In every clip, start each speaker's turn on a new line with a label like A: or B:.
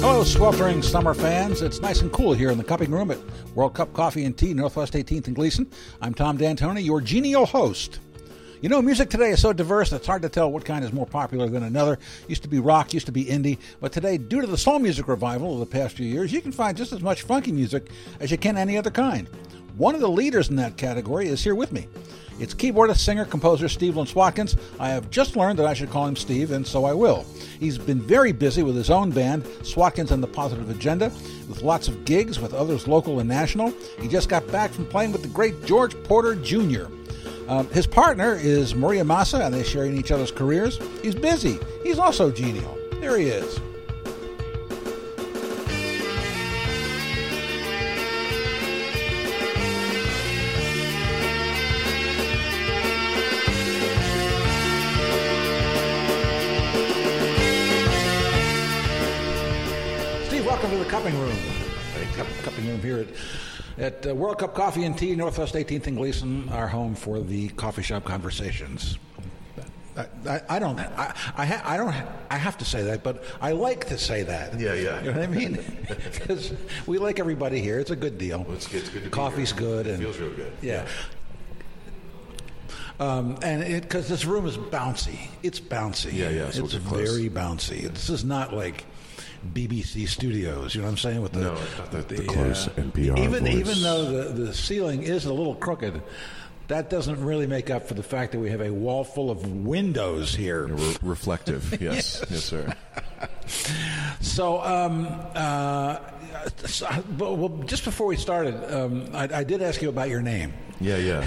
A: Hello, sweltering summer fans. It's nice and cool here in the cupping room at World Cup Coffee and Tea, Northwest 18th and Gleason. I'm Tom D'Antoni, your genial host. You know, music today is so diverse, it's hard to tell what kind is more popular than another. Used to be rock, used to be indie, but today, due to the soul music revival of the past few years, you can find just as much funky music as you can any other kind. One of the leaders in that category is here with me. It's keyboardist, singer, composer Steve Lance Watkins. I have just learned that I should call him Steve, and so I will. He's been very busy with his own band, Swatkins and the Positive Agenda, with lots of gigs with others local and national. He just got back from playing with the great George Porter Jr. Um, his partner is Maria Massa, and they share in each other's careers. He's busy. He's also genial. There he is. Steve, welcome to the cupping room. The cup- cupping room here at, at uh, World Cup Coffee and Tea, Northwest 18th and Gleason, our home for the coffee shop conversations. I, I, I don't. I, I, ha, I don't. I have to say that, but I like to say that.
B: Yeah, yeah.
A: You know what I mean? Because we like everybody here. It's a good deal.
B: It's good, it's good to be
A: Coffee's
B: here.
A: good.
B: It
A: and
B: feels real good.
A: Yeah. Um, and it because this room is bouncy. It's bouncy.
B: Yeah, yeah, so
A: it's
B: we'll get close.
A: very bouncy. This is not like BBC Studios. You know what I'm saying? With the uh,
B: No, it's not the- the
C: close NPR
A: Even
C: voice.
A: even though the the ceiling is a little crooked. That doesn't really make up for the fact that we have a wall full of windows here.
C: Re- reflective, yes, yes, sir.
A: So, um, uh, so- but, well, just before we started, um, I, I did ask you about your name.
B: Yeah, yeah.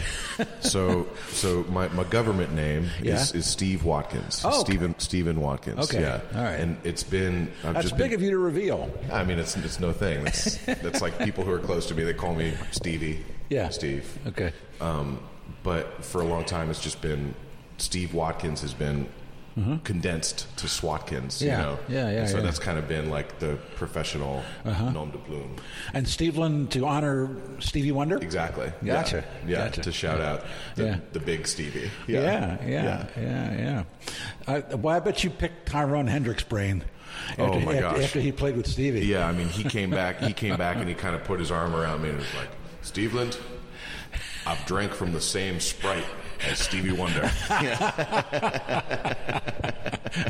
B: So, so my, my government name is,
A: Yeah.
B: is Steve Watkins.
A: Oh, okay.
B: Stephen Stephen Watkins.
A: Okay,
B: Yeah.
A: all right.
B: And it's been I've
A: That's
B: just
A: big
B: been,
A: of you to reveal.
B: I mean, it's it's no thing. That's that's like people who are close to me. They call me Stevie.
A: Yeah.
B: Steve.
A: Okay.
B: Um, but for a long time, it's just been Steve Watkins has been. Condensed to Swatkins,
A: Mm-hmm. Yeah,
B: you know,
A: yeah, yeah,
B: And so
A: yeah. Uh-huh.
B: that's kind of been like the professional nom de plume.
A: And Steveland to honor Stevie Wonder?
B: Exactly.
A: Gotcha.
B: Yeah. Yeah,
A: Gotcha.
B: To shout out the,
A: Yeah.
B: the big Stevie.
A: Yeah, yeah, yeah, yeah. I, well, I bet you picked Tyrone Hendricks' brain after,
B: Oh, my
A: after,
B: gosh.
A: after he played with Stevie.
B: Yeah, I mean, he came back. He came back and he kind of put his arm around me and was like, "Steveland, I've drank from the same Sprite as Stevie Wonder."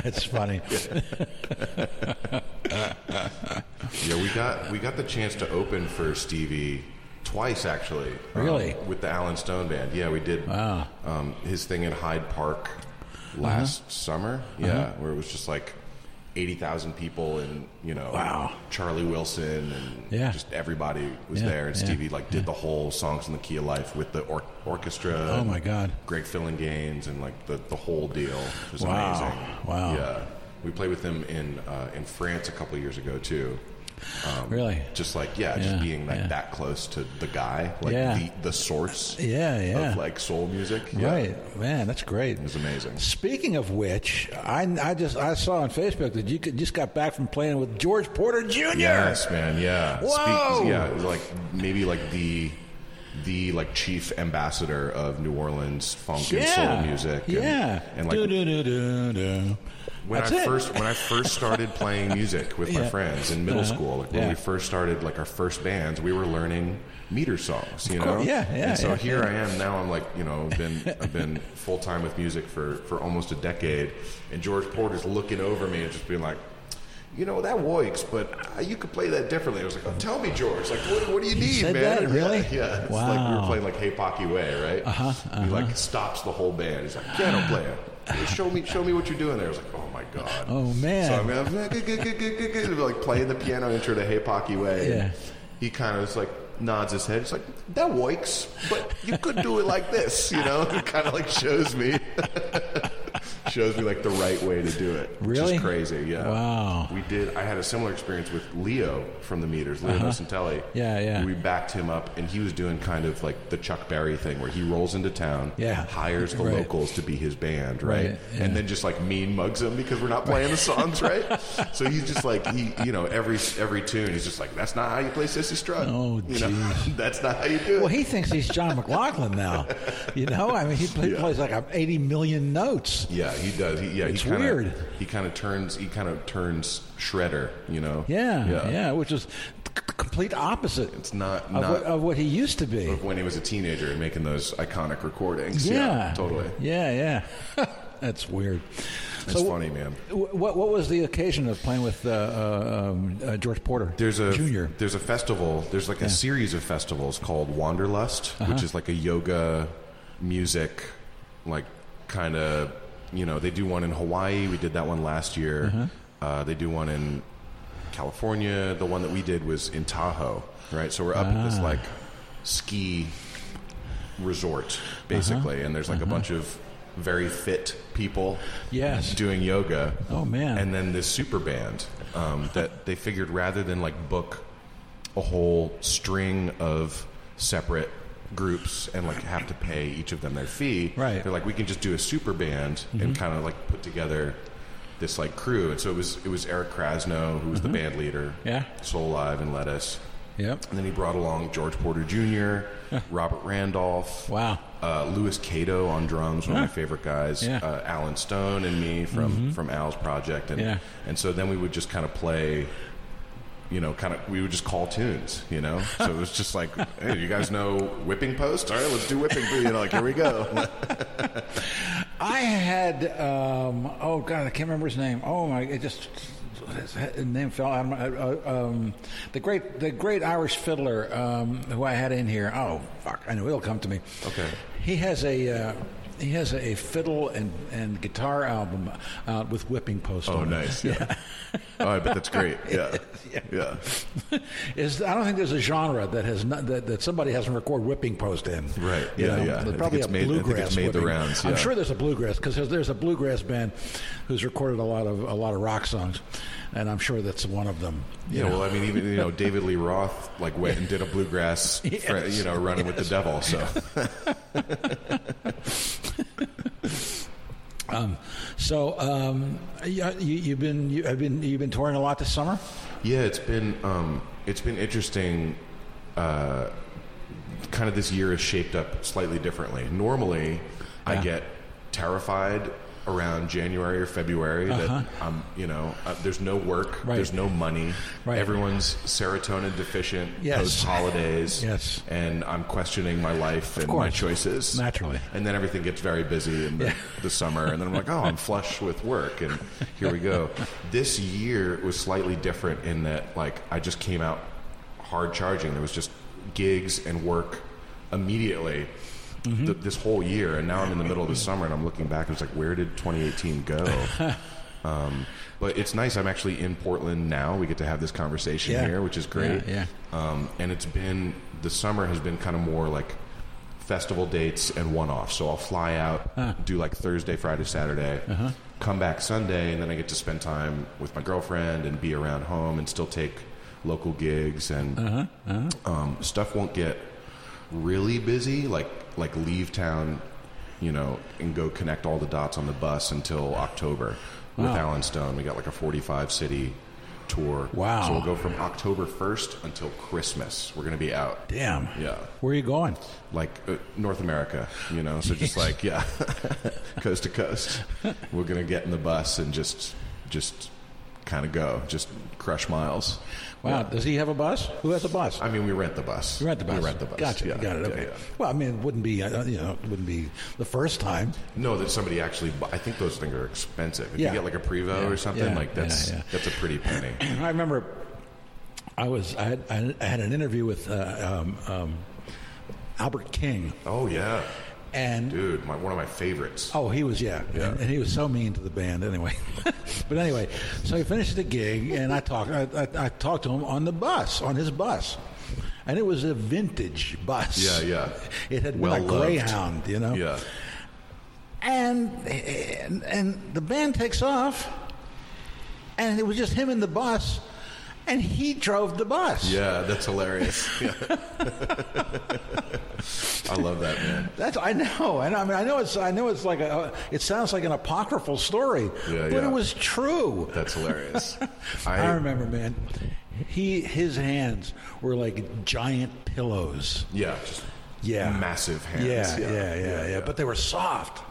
A: It's funny.
B: yeah, we got we got the chance to open for Stevie twice actually. um,
A: Really?
B: with the Alan Stone band. Yeah, we did um, his thing in Hyde Park
A: Uh-huh.
B: last summer. Yeah, where it was just like. 80,000 people and, you know,
A: Wow.
B: Charlie Wilson and
A: Yeah.
B: just everybody was
A: Yeah,
B: there. And
A: yeah,
B: Stevie, like, did the whole Songs in the Key of Life with the or- orchestra.
A: Oh, my God.
B: Greg Fillinganes and like the, the whole deal. It was
A: Wow.
B: amazing.
A: Wow.
B: Yeah. We played with them in uh, in France a couple years ago too. Um,
A: Really?
B: Just like yeah,
A: Yeah,
B: just being like
A: yeah.
B: that close to the guy, like
A: Yeah.
B: the the source
A: Yeah, yeah.
B: of like soul music. Yeah.
A: Right, man, that's great.
B: It was amazing.
A: Speaking of which, I, I just I saw on Facebook that you could- just got back from playing with George Porter Jr.
B: Yes, man. Yeah.
A: Whoa!
B: yeah. it was Like maybe like the the like chief ambassador of New Orleans funk and soul music. and-
A: yeah.
B: And like
A: Du-du-du-du-du.
B: when
A: That's
B: I
A: it.
B: first when I first started playing music with my
A: Yeah. Uh-huh.
B: friends in middle school, like when
A: Yeah.
B: we first started like our first bands, we were learning meter songs, you know.
A: course, yeah, yeah,
B: And so
A: yeah,
B: here I am now. I'm like you know I've been I've been full time with music for for almost a decade, and George Porter's looking over me and just being like. You know that works, but uh, you could play that differently. I was like, oh, "Tell me, George. Like, what, what do you need,
A: said
B: man?
A: that? Really?
B: Yeah. yeah. It's like we
A: Wow.
B: were playing like Hey Pocky Way, right? Uh-huh, He like stops the whole band. He's like, "Piano player, show me, show me what you're doing there." I was like, "Oh my god."
A: Oh, man.
B: So I mean, I'm like, "Good, good, good, good, good, good," like playing the piano intro to Hey Pocky Way.
A: Yeah.
B: He kind of is like nods his head. He's like, "That works, but you could do it like this," you know. He kind of like shows me, shows me like the right way to do it. Which
A: Really?
B: is crazy. Yeah.
A: Wow.
B: We did. I had a similar experience with Leo from the Meters, Leo Nocentelli.
A: Uh-huh. Yeah, yeah.
B: We backed him up, and he was doing kind of like the Chuck Berry thing, where he rolls into town,
A: Yeah.
B: hires the
A: Right.
B: locals to be his band, right,
A: Right, yeah.
B: and then just like mean mugs him because we're not playing the songs, right? so he's just like he, you know, every every tune, he's just like, "That's not how you play Sissy Strut."
A: Oh,
B: you know, that's not how you do it.
A: Well, he thinks he's John McLaughlin now. You know, I mean, he play,
B: Yeah.
A: plays like uh, 80 million notes.
B: Yeah, he does. He, yeah,
A: It's
B: he kinda,
A: weird.
B: He kind of turns. He kind of turns shredder. You know.
A: Yeah, yeah, which is the c- complete opposite
B: It's not
A: of,
B: not
A: what, of what he used to be.
B: when he was a teenager and making those iconic recordings.
A: Yeah,
B: totally.
A: Yeah, yeah. That's weird.
B: It's funny, man.
A: Wh- What what was the occasion of playing with uh, uh, um, uh, George Porter?
B: There's a
A: junior.
B: There's a festival. There's like a series of festivals called Wanderlust,
A: Uh-huh.
B: which is like a yoga music, like kind of you know they do one in Hawaii. We did that one last year.
A: Uh-huh.
B: uh they do one in California. The one that we did was in Tahoe, right? So we're up at
A: Ah.
B: this like ski resort basically,
A: Uh-huh.
B: and there's like a bunch of very fit people
A: Yes.
B: doing yoga.
A: Oh, man.
B: And then this super band um, that they figured rather than like book a whole string of separate groups and like have to pay each of them their fee,
A: Right. Mm-hmm.
B: They're like, we can just do a super band and kind of like put together this like crew. And so it was it was Eric Krasno who was the band leader,
A: Mm-hmm. Yeah.
B: Soul Live and Lettuce.
A: Yep.
B: And then he brought along George Porter Jr., Robert Randolph,
A: Wow.
B: uh, Louis Cato on drums, one of my favorite guys,
A: Yeah.
B: uh, Alan Stone and me from, from Al's project, and
A: Yeah.
B: and so then we would just kind of play, you know, kind of we would just call tunes, you know. so it was just like, hey, you guys know Whipping Post? All right, let's do Whipping Post. You know, like here we go.
A: I had um, oh god, I can't remember his name. Oh my, it just his he- name fell out of my. Uh, um, the great, the great Irish fiddler um, who I had in here. Oh fuck, I know he'll come to me.
B: Okay.
A: He has a. Uh, he has a fiddle and, and guitar album out with whipping post.
B: oh,
A: on it.
B: nice. Yeah. All right, but that's great. Yeah.
A: Yeah.
B: yeah.
A: Is I don't think there's a genre that has not, that, that somebody hasn't recorded whipping post in.
B: Right.
A: You know,
B: Yeah, yeah. I
A: there's
B: think
A: Probably
B: it's
A: a
B: made- I think it's
A: bluegrass.
B: made the
A: whipping.
B: rounds,
A: I'm
B: yeah.
A: sure there's a bluegrass because there's, there's a bluegrass band who's recorded a lot of a lot of rock songs, and I'm sure that's one of them.
B: Yeah, well, I mean, even you know, David Lee Roth like went and did a bluegrass, fr- you know, running with the devil. So
A: So um, you, you, you've been you have been you've been touring a lot this summer.
B: Yeah, it's been um, it's been interesting. Uh, kind of this year is shaped up slightly differently. Normally, I get terrified around January or February that I'm, you know, uh, there's no work,
A: Uh-huh. Right.
B: there's no money,
A: Right.
B: everyone's serotonin deficient
A: Yes.
B: post holidays,
A: Yes.
B: and I'm questioning my life and my
A: course.
B: choices
A: Naturally.
B: and then everything gets very busy in the, the summer and then i'm like oh i'm flush with work and here we go this year was slightly different in that like i just came out hard charging there was just gigs and work immediately th- this whole year and now i'm in the middle of the summer and i'm looking back and it's like where did 2018 go um, but it's nice i'm actually in portland now we get to have this conversation
A: Yeah.
B: here which is great
A: Yeah,
B: Um, and it's been the summer has been kind of more like festival dates and one off. So I'll fly out, do like Thursday, Friday, Saturday,
A: Uh-huh.
B: come back Sunday, and then I get to spend time with my girlfriend and be around home and still take local gigs and
A: Uh-huh.
B: Um, stuff won't get really busy. Like like leave town, you know, and go connect all the dots on the bus until October with Alan Stone. We got like a forty five city tour.
A: Wow.
B: So we'll go from October first until Christmas. We're gonna be out.
A: Damn.
B: Yeah
A: Where are you going?
B: like uh, North America, you know. So just like yeah, coast to coast, we're gonna get in the bus and just just kind of go, just crush miles.
A: Wow. Does he have a bus? Who has a bus?
B: I mean, we rent the bus.
A: You rent the bus.
B: We rent the bus.
A: Gotcha.
B: Yeah,
A: Got it.
B: yeah,
A: Okay.
B: yeah.
A: Well, I mean, it wouldn't be uh, you know, it wouldn't be the first time.
B: No, that somebody actually. bu- I think those things are expensive. If
A: Yeah.
B: you get like a Prevo
A: Yeah.
B: or something,
A: Yeah.
B: like that's
A: Yeah, yeah.
B: that's a pretty penny.
A: I remember I was I had, I had an interview with uh, um, um, Albert King,
B: Oh yeah,
A: and
B: dude, my, one of my favorites.
A: oh, he was yeah,
B: Yeah.
A: And, and he was so mean to the band anyway. but anyway, so he finished the gig, and I talked I, I, I talked to him on the bus on his bus. And it was a vintage bus.
B: Yeah, yeah.
A: It had been a
B: Well-loved.
A: Greyhound, you know.
B: Yeah,
A: and, and and the band takes off, and it was just him and the bus, and he drove the bus.
B: yeah, that's hilarious. Yeah. I love that man.
A: That's I know, and I mean I know it's I know it's like a it sounds like an apocryphal story,
B: Yeah,
A: but
B: yeah.
A: it was true.
B: That's hilarious.
A: I remember, man. He his hands were like giant pillows.
B: Yeah, just
A: Yeah.
B: massive hands.
A: Yeah, yeah, yeah, yeah, But they were soft.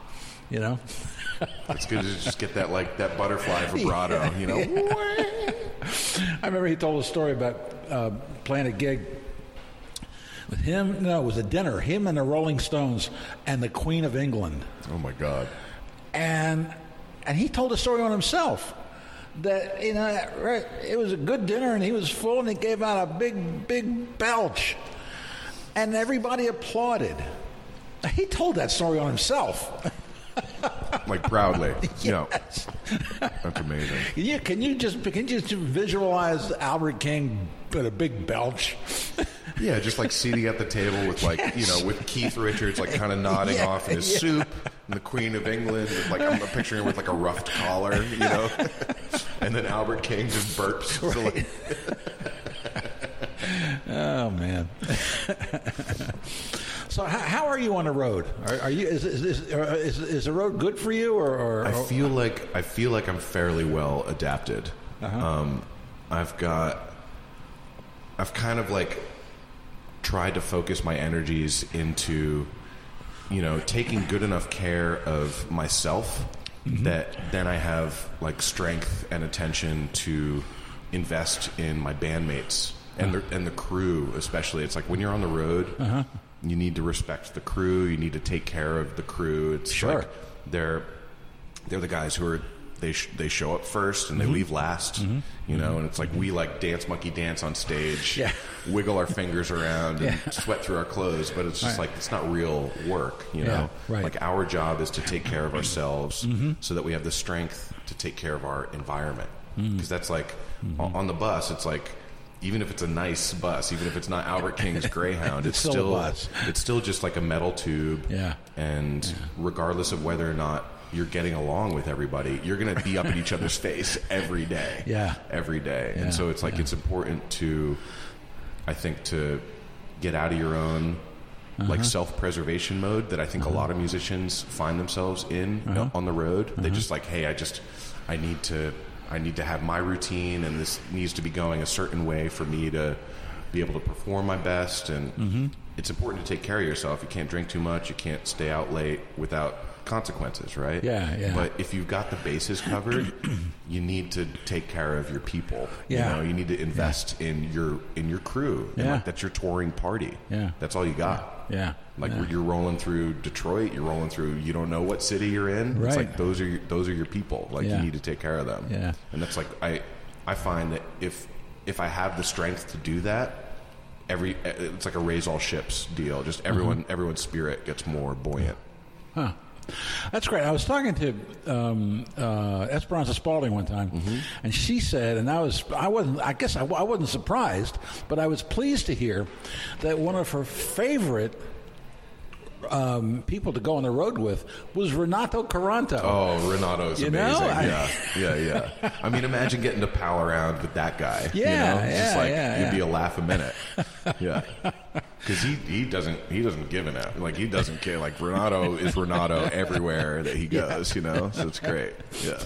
A: You know,
B: It's good to just get that like that butterfly vibrato, you know.
A: I remember he told a story about uh, playing a gig with him. No, it was a dinner. Him and the Rolling Stones and the Queen of England.
B: Oh my God.
A: and and he told a story on himself that you know right, it was a good dinner and he was full and he gave out a big big belch and everybody applauded he told that story on himself
B: Like proudly. No. That's amazing.
A: yeah can you just can you just visualize albert king with a big belch
B: Yeah, just like seating at the table with like you know with Keith Richards like kind of nodding
A: Yeah,
B: off in his
A: yeah.
B: soup, and the Queen of England with, like I'm picturing her with like a ruffed collar, you know, and then Albert King just burps. So, like,
A: oh man so how, how are you on the road are, are you is, is, is, uh, is, is the road good for you or, or,
B: I
A: or
B: feel like I feel like I'm fairly well adapted. Um, I've got, I've kind of like tried to focus my energies into, you know, taking good enough care of myself that then I have like strength and attention to invest in my bandmates and the, and the crew especially. It's like when you're on the road. You need to respect the crew. You need to take care of the crew. It's
A: Sure.
B: like they're they're the guys who are they sh- they show up first and they
A: Mm-hmm.
B: leave last, you know. And it's like we like dance monkey dance on stage,
A: Yeah.
B: wiggle our fingers around and sweat through our clothes, but it's just
A: Right.
B: like it's not real work, you know.
A: right. Mm-hmm.
B: Like our job is to take care of ourselves so that we have the strength to take care of our environment
A: Mm.
B: because that's like
A: Mm-hmm.
B: o- on the bus, it's like. Even if it's a nice bus, even if it's not Albert King's Greyhound, it's,
A: still a
B: still
A: bus.
B: it's still just like a metal tube.
A: Yeah.
B: And regardless of whether or not you're getting along with everybody, you're going to be up in each other's face every day.
A: Yeah.
B: Every day.
A: Yeah,
B: And so it's like it's important to, I think, to get out of your own.
A: Uh-huh.
B: Like self preservation mode that I think a lot of musicians find themselves in
A: Uh-huh.
B: uh, on the road. They just like, hey, I just, I need to, I need to have my routine, and this needs to be going a certain way for me to be able to perform my best and
A: Mm-hmm.
B: it's important to take care of yourself you can't drink too much you can't stay out late without consequences right
A: Yeah, yeah.
B: but if you've got the bases covered you need to take care of your people
A: Yeah.
B: you know you need to invest in your in your crew And,
A: Yeah.
B: like, that's your touring party
A: Yeah.
B: that's all you got
A: yeah
B: like you're rolling through Detroit, you're rolling through. You don't know what city you're in. It's
A: Right.
B: like those are your, those are your people. Like
A: Yeah.
B: you need to take care of them.
A: Yeah.
B: And that's like I I find that if if I have the strength to do that, every it's like a raise all ships deal.
A: Mm-hmm.
B: Just everyone everyone's spirit gets more buoyant.
A: Huh. That's great. I was talking to um, uh, Esperanza Spalding one time,
B: Mm-hmm.
A: and she said, and I was, I wasn't, I guess I, wa- I wasn't surprised, but I was pleased to hear that one of her favorite um, people to go on the road with was Renato Caranto.
B: Oh, Renato is
A: You know,
B: amazing.
A: I-
B: yeah, yeah, yeah. I mean, imagine getting to pal around with that guy. you
A: Yeah,
B: know? It's just
A: yeah,
B: like
A: yeah,
B: you'd
A: yeah.
B: be a laugh a minute. Yeah, because he, he doesn't he doesn't give an F. Like he doesn't care. Like Renato is Renato everywhere that he goes. You know, so it's great. Yeah,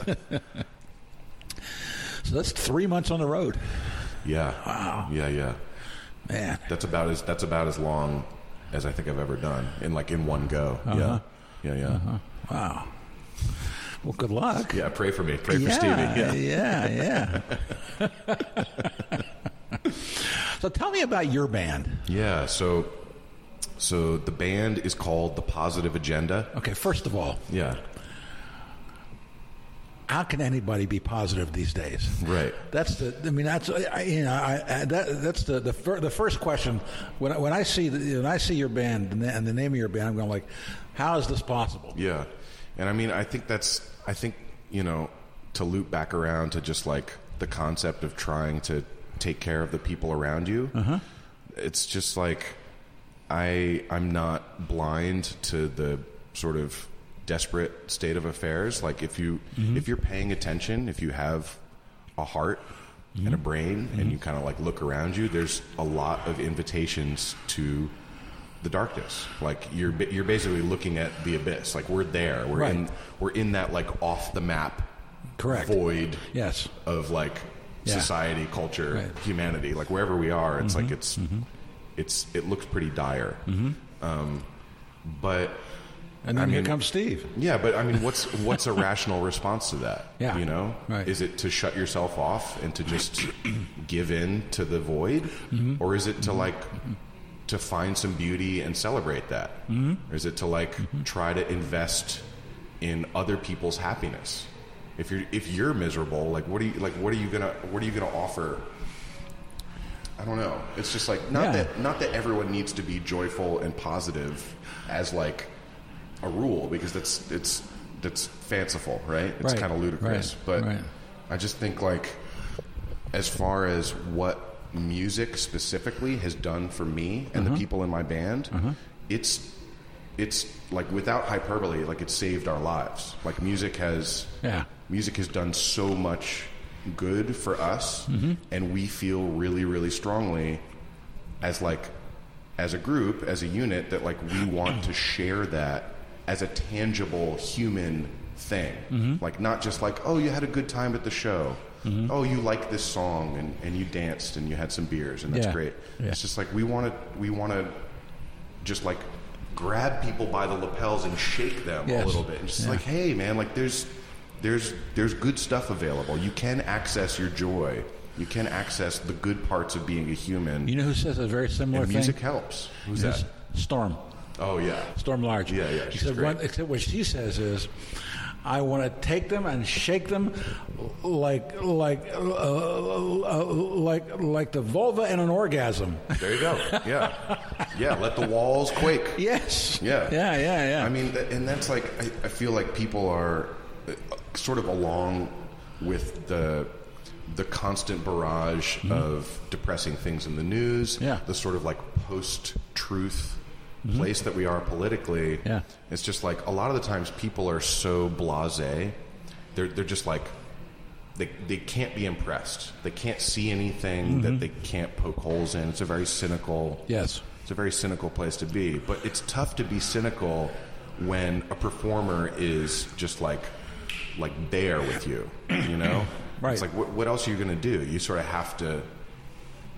A: So that's three months on the road.
B: yeah, wow. yeah, yeah.
A: Man,
B: That's about as that's about as long as I think I've ever done in like in one go.
A: Uh-huh.
B: Yeah, yeah, yeah.
A: wow. Well, good luck.
B: Yeah, pray for me. Pray for
A: yeah,
B: Stevie. Yeah.
A: yeah, yeah. so tell me about your band.
B: Yeah, so so the band is called The Positive Agenda.
A: Okay, first of all,
B: Yeah.
A: how can anybody be positive these days?
B: Right.
A: That's the. I mean, that's I, I- you know, I, I, that, that's the the, fir- the first question when I, when I see the, when I see your band and the, and the name of your band, I'm going like, how is this possible?
B: Yeah. And I mean, I think that's I think, you know, to loop back around to just like the concept of trying to take care of the people around you. It's just like I I'm not blind to the sort of desperate state of affairs. Like if you
A: Mm-hmm.
B: if you're paying attention, if you have a heart
A: Mm-hmm.
B: and a brain and you kind of like look around you, there's a lot of invitations to the darkness. Like you're ba- you're basically looking at the abyss. Like we're there. We're in
A: Right.
B: we're in that like off the map
A: Correct.
B: void
A: Yes.
B: of like
A: Yeah.
B: society, culture,
A: Right. Mm-hmm.
B: humanity. Like wherever we are, it's like it's it's it looks pretty dire. Um, but
A: And then
B: I
A: here
B: mean-
A: comes Steve.
B: Yeah, but I mean, what's what's a rational response to that?
A: Yeah.
B: you know,
A: Right.
B: is it to shut yourself off and to just give in to the void,
A: Mm-hmm.
B: or is it to like to find some beauty and celebrate that?
A: Mm-hmm.
B: Or is it to like try to invest in other people's happiness? If you're if you're miserable, like what are you like what are you gonna what are you gonna offer? I don't know. It's just like not
A: Yeah.
B: that not that everyone needs to be joyful and positive as like a rule because that's it's that's fanciful, right? It's
A: Right,
B: kind of ludicrous,
A: right,
B: but
A: right.
B: I just think like as far as what music specifically has done for me and
A: Mm-hmm.
B: the people in my band, it's it's like without hyperbole, like it saved our lives. Like music has
A: Yeah.
B: music has done so much good for us
A: Mm-hmm.
B: and we feel really really strongly as like as a group as a unit that like we want to share that as a tangible human thing
A: Mm-hmm.
B: like not just like oh you had a good time at the show oh you like this song and, and you danced and you had some beers and that's
A: Yeah.
B: great
A: Yeah.
B: it's just like we want to we want to just like grab people by the lapels and shake them
A: Yes.
B: a little bit and just like hey man like there's there's there's good stuff available you can access your joy you can access the good parts of being a human
A: You know who says a very similar
B: and music
A: thing?
B: helps who's
A: Yes,
B: that
A: Storm.
B: oh yeah
A: Storm Large.
B: Yeah, yeah,
A: She
B: she's
A: said
B: great.
A: one, except what she says is, I want to take them and shake them like like uh, uh, like like the vulva in an orgasm.
B: there you go yeah yeah let the walls quake
A: yes.
B: Yeah.
A: Yeah. Yeah. Yeah.
B: I mean, th- and that's like I, I feel like people are uh, sort of along with the the constant barrage of depressing things in the news.
A: Mm-hmm. Yeah. Mm-hmm.
B: The sort of like post truth place that we are politically.
A: Yeah.
B: It's just like a lot of the times people are so blasé. They're they're just like they, they can't be impressed. They can't see anything
A: Mm-hmm.
B: that they can't poke holes in. It's a very cynical
A: yes.
B: it's a very cynical place to be, but it's tough to be cynical when a performer is just like like there with you, you know?
A: Right.
B: It's like what, what else are you going to do? You sort of have to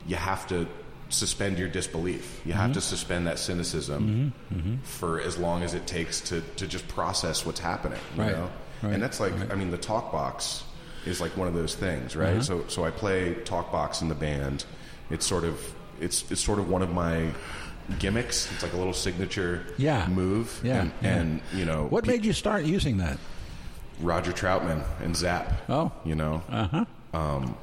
B: you have to suspend your disbelief. You
A: Mm-hmm.
B: have to suspend that cynicism for as long as it takes to to just process what's happening, you
A: Right.
B: know?
A: Right. Uh-huh.
B: And that's like I mean the talk box is like one of those things, right? So so I play talk box in the band. It's sort of it's it's sort of one of my gimmicks. It's like a little signature
A: Yeah.
B: move.
A: Yeah.
B: And,
A: Yeah.
B: and you know
A: What
B: pe-
A: made you start using that?
B: Roger Troutman and Zap.
A: Oh.
B: You know? Uh-huh. Um,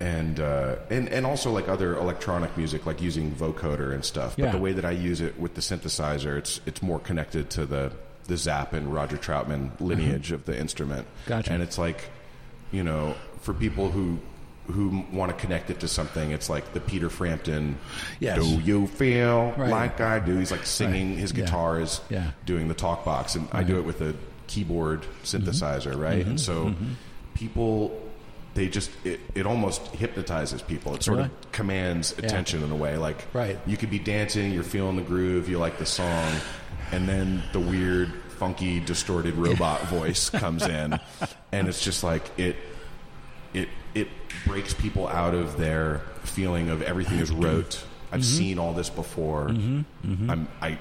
B: And, uh, and and also like other electronic music, like using vocoder and stuff. But
A: Yeah.
B: the way that I use it with the synthesizer, it's it's more connected to the the Zap and Roger Troutman lineage of the instrument.
A: Mm-hmm. Gotcha.
B: And it's like, you know, for people who who want to connect it to something, it's like the Peter Frampton.
A: Yes.
B: Do you feel
A: Right.
B: like I do? He's like singing.
A: Right.
B: His
A: Yeah.
B: guitar is
A: Yeah.
B: doing the talk box and I do it with a keyboard synthesizer, right? And so people they just it, it almost hypnotizes people. It sort
A: Really?
B: of commands attention in a way. Like
A: Right.
B: you could be dancing, you're feeling the groove, you like the song, and then the weird, funky, distorted robot voice comes in and it's just like it it it breaks people out of their feeling of everything is rote. I've seen all this before.
A: Mm-hmm.
B: I'm, I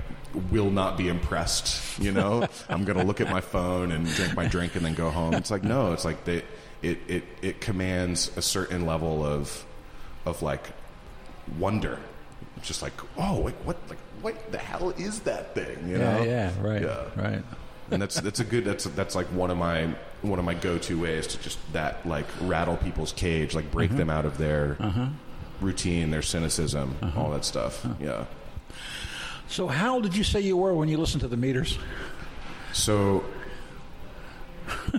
B: will not be impressed. You know, I'm going to look at my phone and drink my drink and then go home. It's like no. It's like they, it it it commands a certain level of of like wonder. Just like oh, like what like what the hell is that thing? You
A: Yeah.
B: know?
A: Yeah. Right.
B: Yeah
A: Right.
B: and that's that's a good that's that's like one of my one of my go-to ways to just that like rattle people's cage like
A: Mm-hmm.
B: break them out of their
A: Uh-huh.
B: routine their cynicism all that stuff yeah
A: So how did you say you were when you listened to the meters?
B: so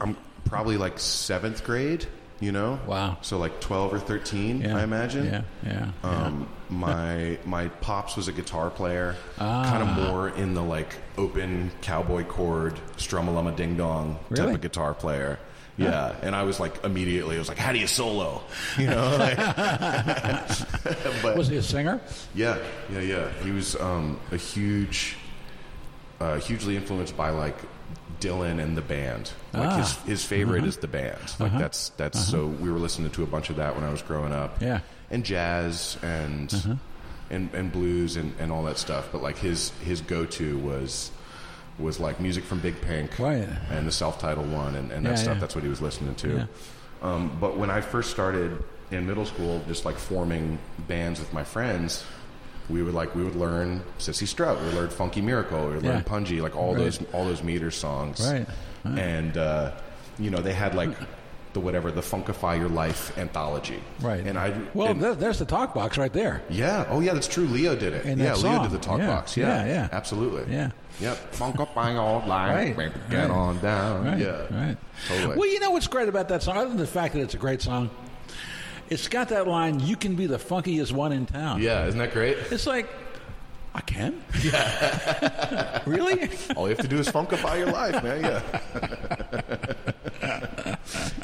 B: i'm probably like seventh grade you know
A: Wow.
B: so like 12 or 13
A: Yeah.
B: i imagine
A: Yeah. Yeah.
B: Um, my my pops was a guitar player, kind
A: Ah.
B: of more in the like open cowboy chord, strumalama ding dong
A: Really?
B: type of guitar player. Yeah, and I was like immediately, I was like, "How do you solo?" You know, like, but
A: was he a singer?
B: yeah, yeah, yeah. He was um, a huge, uh, hugely influenced by like Dylan and the band. Like his
A: Ah. Uh-huh.
B: his favorite is the band. Like that's that's so we were listening to a bunch of that when I was growing up.
A: Yeah. Uh-huh.
B: and jazz and and and blues and, and all that stuff. But like his his go to was was like music from Big Pink
A: Oh, yeah.
B: and the self-titled one and, and that
A: Yeah,
B: stuff.
A: yeah.
B: That's what he was listening to.
A: Yeah.
B: Um, but when I first started in middle school, just like forming bands with my friends, we would like we would learn Sissy Strut, we would learn Funky Miracle, we would learn
A: Yeah.
B: Punji, like all those all those meter songs.
A: Right.
B: And uh, you know they had like the whatever the Funkify Your Life anthology.
A: Right.
B: And I
A: well,
B: and-
A: there- there's the talk box right there.
B: yeah. Oh, yeah. That's true. Leo did it.
A: And
B: yeah,
A: that
B: Leo
A: song.
B: did the talk
A: Yeah.
B: box. Yeah.
A: Yeah, yeah.
B: Absolutely.
A: Yeah.
B: Yep. Funk up bang all line.
A: Right.
B: Get
A: Right.
B: on down.
A: Right.
B: yeah.
A: Right.
B: Totally.
A: Well, you know what's great about that song, other than the fact that it's a great song, it's got that line, "You can be the funkiest one in town."
B: yeah. Isn't that great?
A: It's like, I can. Yeah. really?
B: All you have to do is funkify your life, man. Yeah.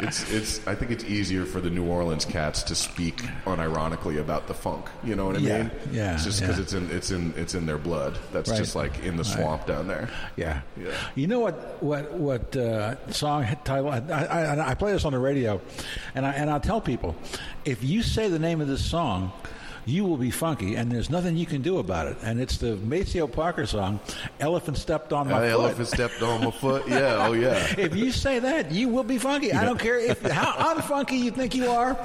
B: it's it's. I think it's easier for the New Orleans cats to speak unironically about the funk. You know what I
A: Yeah.
B: mean?
A: Yeah,
B: It's just because
A: yeah.
B: it's in it's in it's in their blood. That's
A: Right.
B: just like in the swamp down there.
A: Yeah.
B: Yeah.
A: You know what? What? What uh, song title? I, I, I play this on the radio, and I and I tell people, if you say the name of this song. You will be funky, and there's nothing you can do about it. And it's the Maceo Parker song, "Elephant Stepped on My
B: The
A: Foot."
B: Uh, elephant stepped on my foot. Yeah. Oh yeah.
A: if you say that, you will be funky. I don't care if how unfunky you think you are,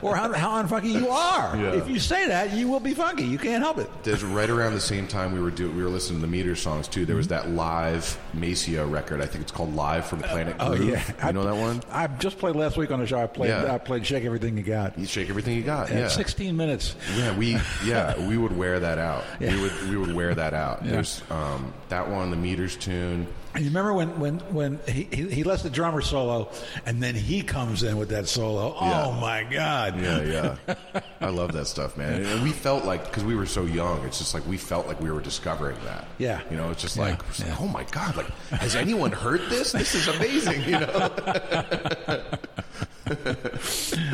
A: or how, how unfunky you are.
B: Yeah.
A: If you say that, you will be funky. You can't help it.
B: There's right around the same time we were do we were listening to the Meter songs too. There was that
A: Mm-hmm.
B: live Maceo record. I think it's called Live from Planet
A: Oh,
B: Groove. you know that one?
A: I just played last week on the show. I played.
B: Yeah.
A: I played "Shake Everything You Got."
B: You shake everything you got. Yeah.
A: At 16 minutes.
B: Yeah, we yeah we would wear that out. We would we would wear that out.
A: Yeah.
B: There's um, that one, the Meters tune.
A: And you remember when when when he, he he lets the drummer solo, and then he comes in with that solo. Oh
B: Yeah.
A: my God!
B: Yeah, yeah. I love that stuff, man. And we felt like because we were so young, it's just like we felt like we were discovering that.
A: Yeah.
B: you know, it's just
A: Yeah,
B: like, it's like,
A: yeah.
B: oh my god, like has anyone heard this? This is amazing. You know.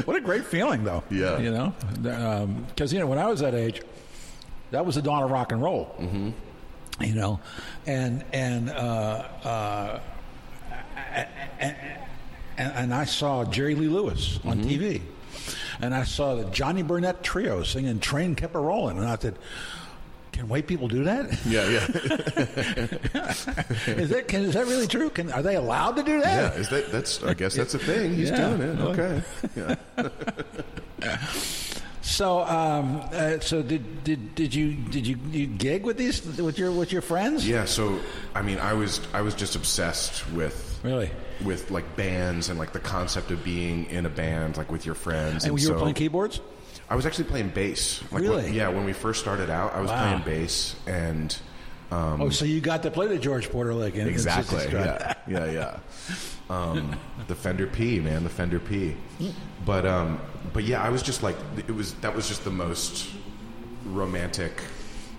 A: What a great feeling, though.
B: Yeah.
A: You know, because you know when I was that age, that was the dawn of rock and roll. Mm-hmm. You know, and and uh, uh, and, and I saw Jerry Lee Lewis on
B: Mm-hmm.
A: TV, and I saw the Johnny Burnett trio singing "Train Kept a Rolling," and I said. Can white people do that?
B: Yeah, yeah.
A: Is that can, is that really true? Can are they allowed to do
B: Yeah,
A: that?
B: is that that's? I guess that's a thing. He's
A: Yeah.
B: doing it. Okay. Yeah.
A: So, um, uh, so did, did did you did you, you gig with these with your with your friends?
B: Yeah. So, I mean, I was I was just obsessed with
A: Really?
B: with like bands and like the concept of being in a band, like with your friends.
A: And you were
B: so-
A: playing keyboards?
B: I was actually playing bass. Like,
A: Really?
B: When, yeah. When we first started out, I was
A: Wow.
B: playing bass and. Um,
A: Oh, so you got to play the George Porter lick. in- in
B: Exactly.
A: 60s, right?
B: Yeah. Yeah. Yeah. Um, the Fender P, man, the Fender P. But um, but yeah, I was just like, it was that was just the most romantic,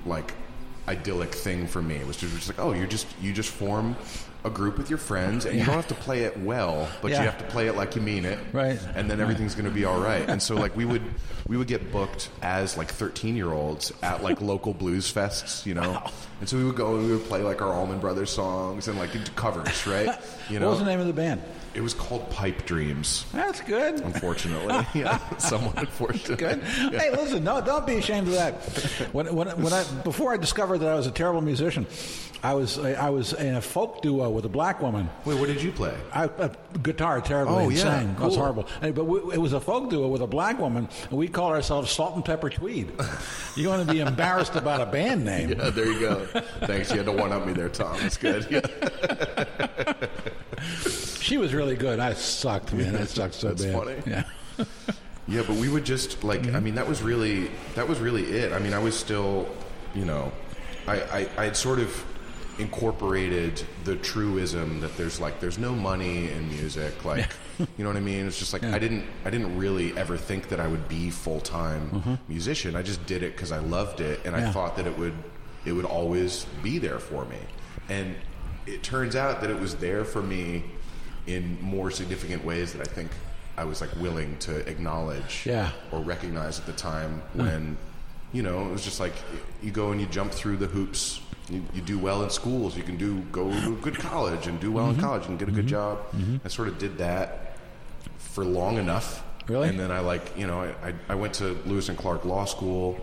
B: like idyllic thing for me. It was just, just like, oh, you just you just form a group with your friends, and you don't have to play it well, but
A: Yeah.
B: you have to play it like you mean it,
A: Right.
B: And then everything's going to be all right. And so like we would we would get booked as like 13 year olds at like local blues fests, you know. And so we would go and we would play like our Allman Brothers songs and like covers, right? You
A: What
B: know,
A: was the name of the band?
B: it was called Pipe Dreams.
A: That's good.
B: Unfortunately, yeah, somewhat unfortunate.
A: Good. Hey, listen, no, don't be ashamed of that. When, when, when I before I discovered that I was a terrible musician, I was I, I was in a folk duo with a black woman.
B: Wait, what did you play?
A: I, I guitar terribly
B: Oh,
A: and
B: yeah,
A: sang. It was
B: cool.
A: horrible. Hey, But we, it was a folk duo with a black woman, and we called ourselves Salt and Pepper Tweed. you want to be embarrassed about a band name?
B: Yeah, there you go. Thanks. You had to one up me there, Tom. That's good. Yeah.
A: She was really good. I sucked, man. I sucked so
B: That's
A: bad.
B: funny.
A: Yeah.
B: Yeah, but we would just like I mean that was really that was really it. I mean I was still you know I, I I had sort of incorporated the truism that there's like there's no money in music like you know what I mean it's just like I didn't I didn't really ever think that I would be full time musician I just did it because I loved it and
A: Yeah.
B: I thought that it would it would always be there for me and it turns out that it was there for me in more significant ways that I think I was like willing to acknowledge
A: Yeah. Hmm.
B: or recognize at the time when you know it was just like you go and you jump through the hoops you, you do well in schools you can do go to a good college and do well
A: Mm-hmm.
B: in college and get a good job I sort of did that for long enough
A: Really?
B: and then I like you know I, I, I went to Lewis and Clark Law School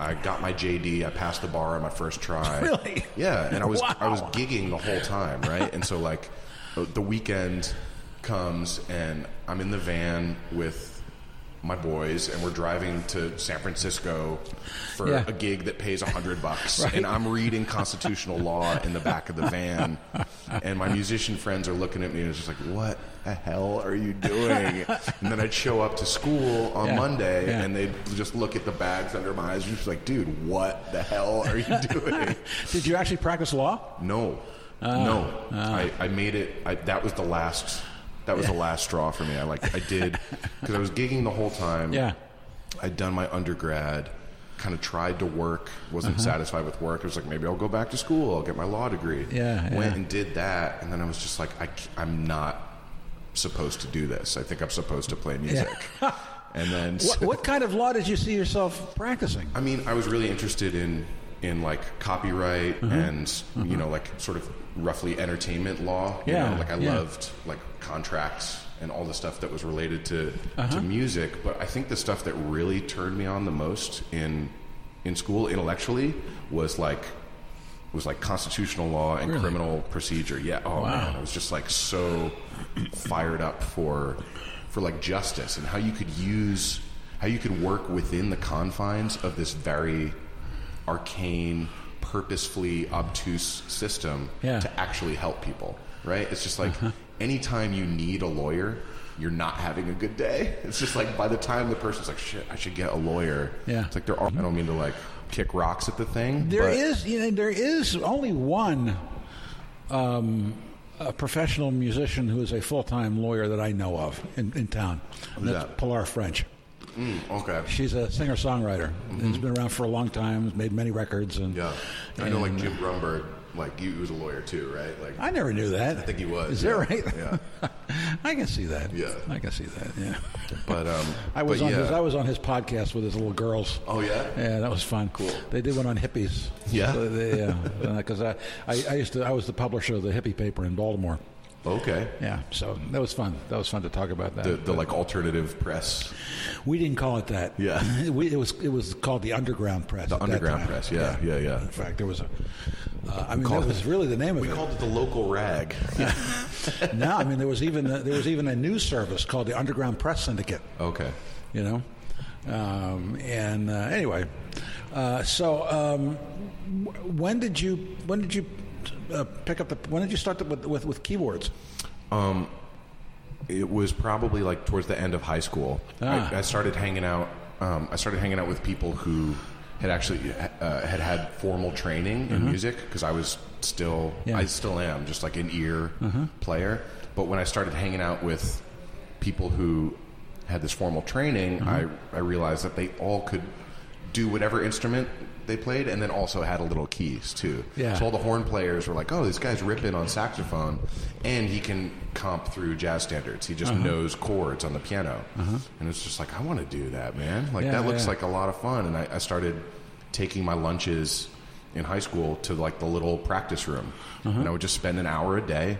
B: I got my JD. I passed the bar on my first try.
A: Really?
B: Yeah, and I was I was
A: Wow.
B: gigging the whole time, right? and so like the- the weekend comes and I'm in the van with my boys and we're driving to San Francisco for
A: Yeah.
B: a gig that pays a hundred bucks and I'm reading constitutional law in the back of the van and my musician friends are looking at me and it's just like what the hell are you doing and then I'd show up to school on
A: Yeah.
B: Monday
A: Yeah.
B: and they'd just look at the bags under my eyes and just like dude what the hell are you doing
A: Did you actually practice law?
B: no,
A: Ah.
B: no. I, I made it. I, that was the last. That was the last straw for me. I like I did because I was gigging the whole time.
A: Yeah.
B: I'd done my undergrad. Kind of tried to work. Wasn't
A: Uh-huh.
B: satisfied with work. I was like, maybe I'll go back to school. I'll get my law degree.
A: Yeah, yeah.
B: Went and did that, and then I was just like, I, am not supposed to do this. I think I'm supposed to play music. and then
A: What, what kind of law did you see yourself practicing?
B: I mean, I was really interested in in like copyright
A: Mm-hmm.
B: and you know like sort of roughly entertainment law. You
A: Yeah,
B: know? like I
A: yeah.
B: loved like contracts and all the stuff that was related to to music. But I think the stuff that really turned me on the most in in school intellectually was like was like constitutional law and criminal procedure. Yeah. Oh man, I was just like so fired up for for like justice and how you could use how you could work within the confines of this very arcane, purposefully obtuse system
A: Yeah.
B: to actually help people. Right? It's just
A: Uh-huh.
B: like anytime you need a lawyer, you're not having a good day. It's just like by the time the person's like, "Shit, I should get a lawyer."
A: Yeah.
B: It's like there are. I don't mean to like kick rocks at the thing.
A: There
B: but-
A: is, you know, there is only one um, a professional musician who is a full-time lawyer that I know of in, in town. And that's
B: that?
A: Pilar French.
B: Okay.
A: She's a singer-songwriter. and Has been around for a long time. Has made many records. And
B: Yeah, I know. Like Jim Brumberg, like you he was a lawyer too, right? Like
A: I never knew that. I
B: think he was,
A: Is
B: yeah.
A: that right?
B: Yeah.
A: I can see that.
B: Yeah.
A: I can see that. Yeah.
B: but um,
A: I was
B: but
A: on
B: yeah.
A: his. I was on his podcast with his little girls.
B: Oh yeah.
A: Yeah, that was fun. Cool. They did one on hippies.
B: Yeah?
A: So they, yeah, because I, I, I used to, I was the publisher of the hippie paper in Baltimore.
B: Okay.
A: Yeah, so that was fun. That was fun to talk about that.
B: The, the like alternative press,
A: we didn't call it that.
B: Yeah.
A: we, it was it was called the underground press.
B: the underground press. Yeah, yeah, yeah.
A: In fact, there was a. Uh, I mean, that
B: called it-
A: was really the name of
B: We
A: it.
B: called it the local rag.
A: no, I mean there was even a, there was even a news service called the Underground Press Syndicate.
B: Okay.
A: you know. Um, and uh, anyway, uh, so um, w- when did you when did you uh, pick up the when did you start the, with, with with keyboards?
B: It was probably like towards the end of high school.
A: Ah.
B: I, I started hanging out. Um, I started hanging out with people who had actually uh, had had formal training in music because I was still,
A: Mm-hmm. Yeah. Mm-hmm.
B: I still am, just like an ear player. But when I started hanging out with people who had this formal training,
A: Mm-hmm.
B: I, I realized that they all could do whatever instrument they played, and then also had a little keys too.
A: Yeah.
B: So all the horn players were like, "Oh, this guy's ripping on saxophone, and he can comp through jazz standards. He
A: Uh-huh.
B: just knows chords on the piano." And it's just like, I want to do that, man. Like
A: Yeah,
B: that looks
A: yeah.
B: like a lot of fun. And I, I started taking my lunches in high school to like the little practice room,
A: Uh-huh.
B: and I would just spend an hour a day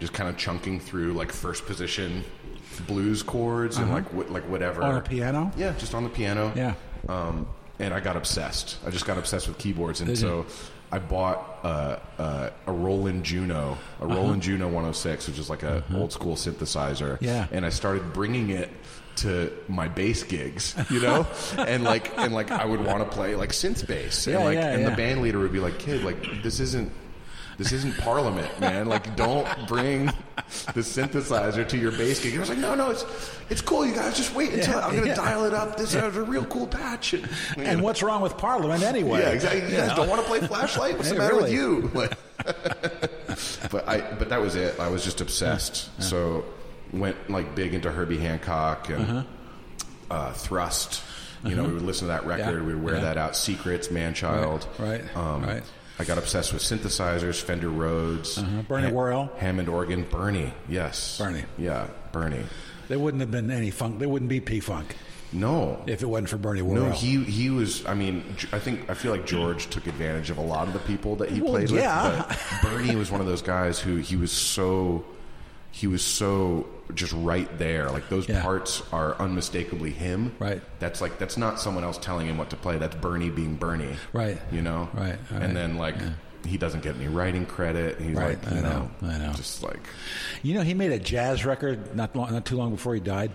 B: just kind of chunking through like first position blues chords and like what like whatever
A: On Uh-huh. a piano?
B: Yeah, just on the piano.
A: Yeah.
B: Um, and I got obsessed. I just got obsessed with keyboards, and
A: Did
B: so
A: you?
B: I bought uh, uh, a Roland Juno, a
A: Uh-huh.
B: Roland Juno 106, which is like an old school synthesizer.
A: Yeah.
B: And I started bringing it to my bass gigs, you know, and like and like I would want to play like synth bass, and
A: Yeah,
B: like
A: yeah,
B: and
A: yeah.
B: the band leader would be like, "Kid, like this isn't." This isn't Parliament, man. Like, don't bring the synthesizer to your bass gig. And I was like, no, no, it's it's cool, you guys. Just wait until
A: Yeah,
B: I'm gonna
A: yeah.
B: dial it up. This is a real cool patch. And, you
A: And
B: know.
A: what's wrong with Parliament anyway?
B: Yeah, exactly. You guys don't want to play Flashlight? What's the
A: Yeah,
B: matter
A: really.
B: with you? Like- but I, but that was it. I was just obsessed. So went like big into Herbie Hancock and
A: Uh-huh.
B: uh Thrust. You know, we would listen to that record.
A: Yeah,
B: We would wear
A: yeah.
B: that out. Secrets, Manchild. Um,
A: Right, right, right. Uh-huh.
B: I got obsessed with synthesizers, Fender Rhodes,
A: Bernie Worrell.
B: Hammond organ, Bernie. Yes,
A: Bernie.
B: Yeah, Bernie.
A: There wouldn't have been any funk. There wouldn't be P Funk
B: No,
A: if it wasn't for Bernie Worrell.
B: No, he he was. I mean, G- I think I feel like George took advantage of a lot of the people that he
A: Well,
B: played
A: yeah.
B: with. But Bernie was one of those guys who he was so he was so just right there. Like those
A: Yeah.
B: parts are unmistakably him.
A: Right.
B: That's like that's not someone else telling him what to play. That's Bernie being Bernie.
A: Right.
B: You know.
A: Right, right.
B: And then like he doesn't get any writing credit. He's
A: Right,
B: like, you
A: I know, I know.
B: just like
A: You know, he made a jazz record not long, not too long before he died.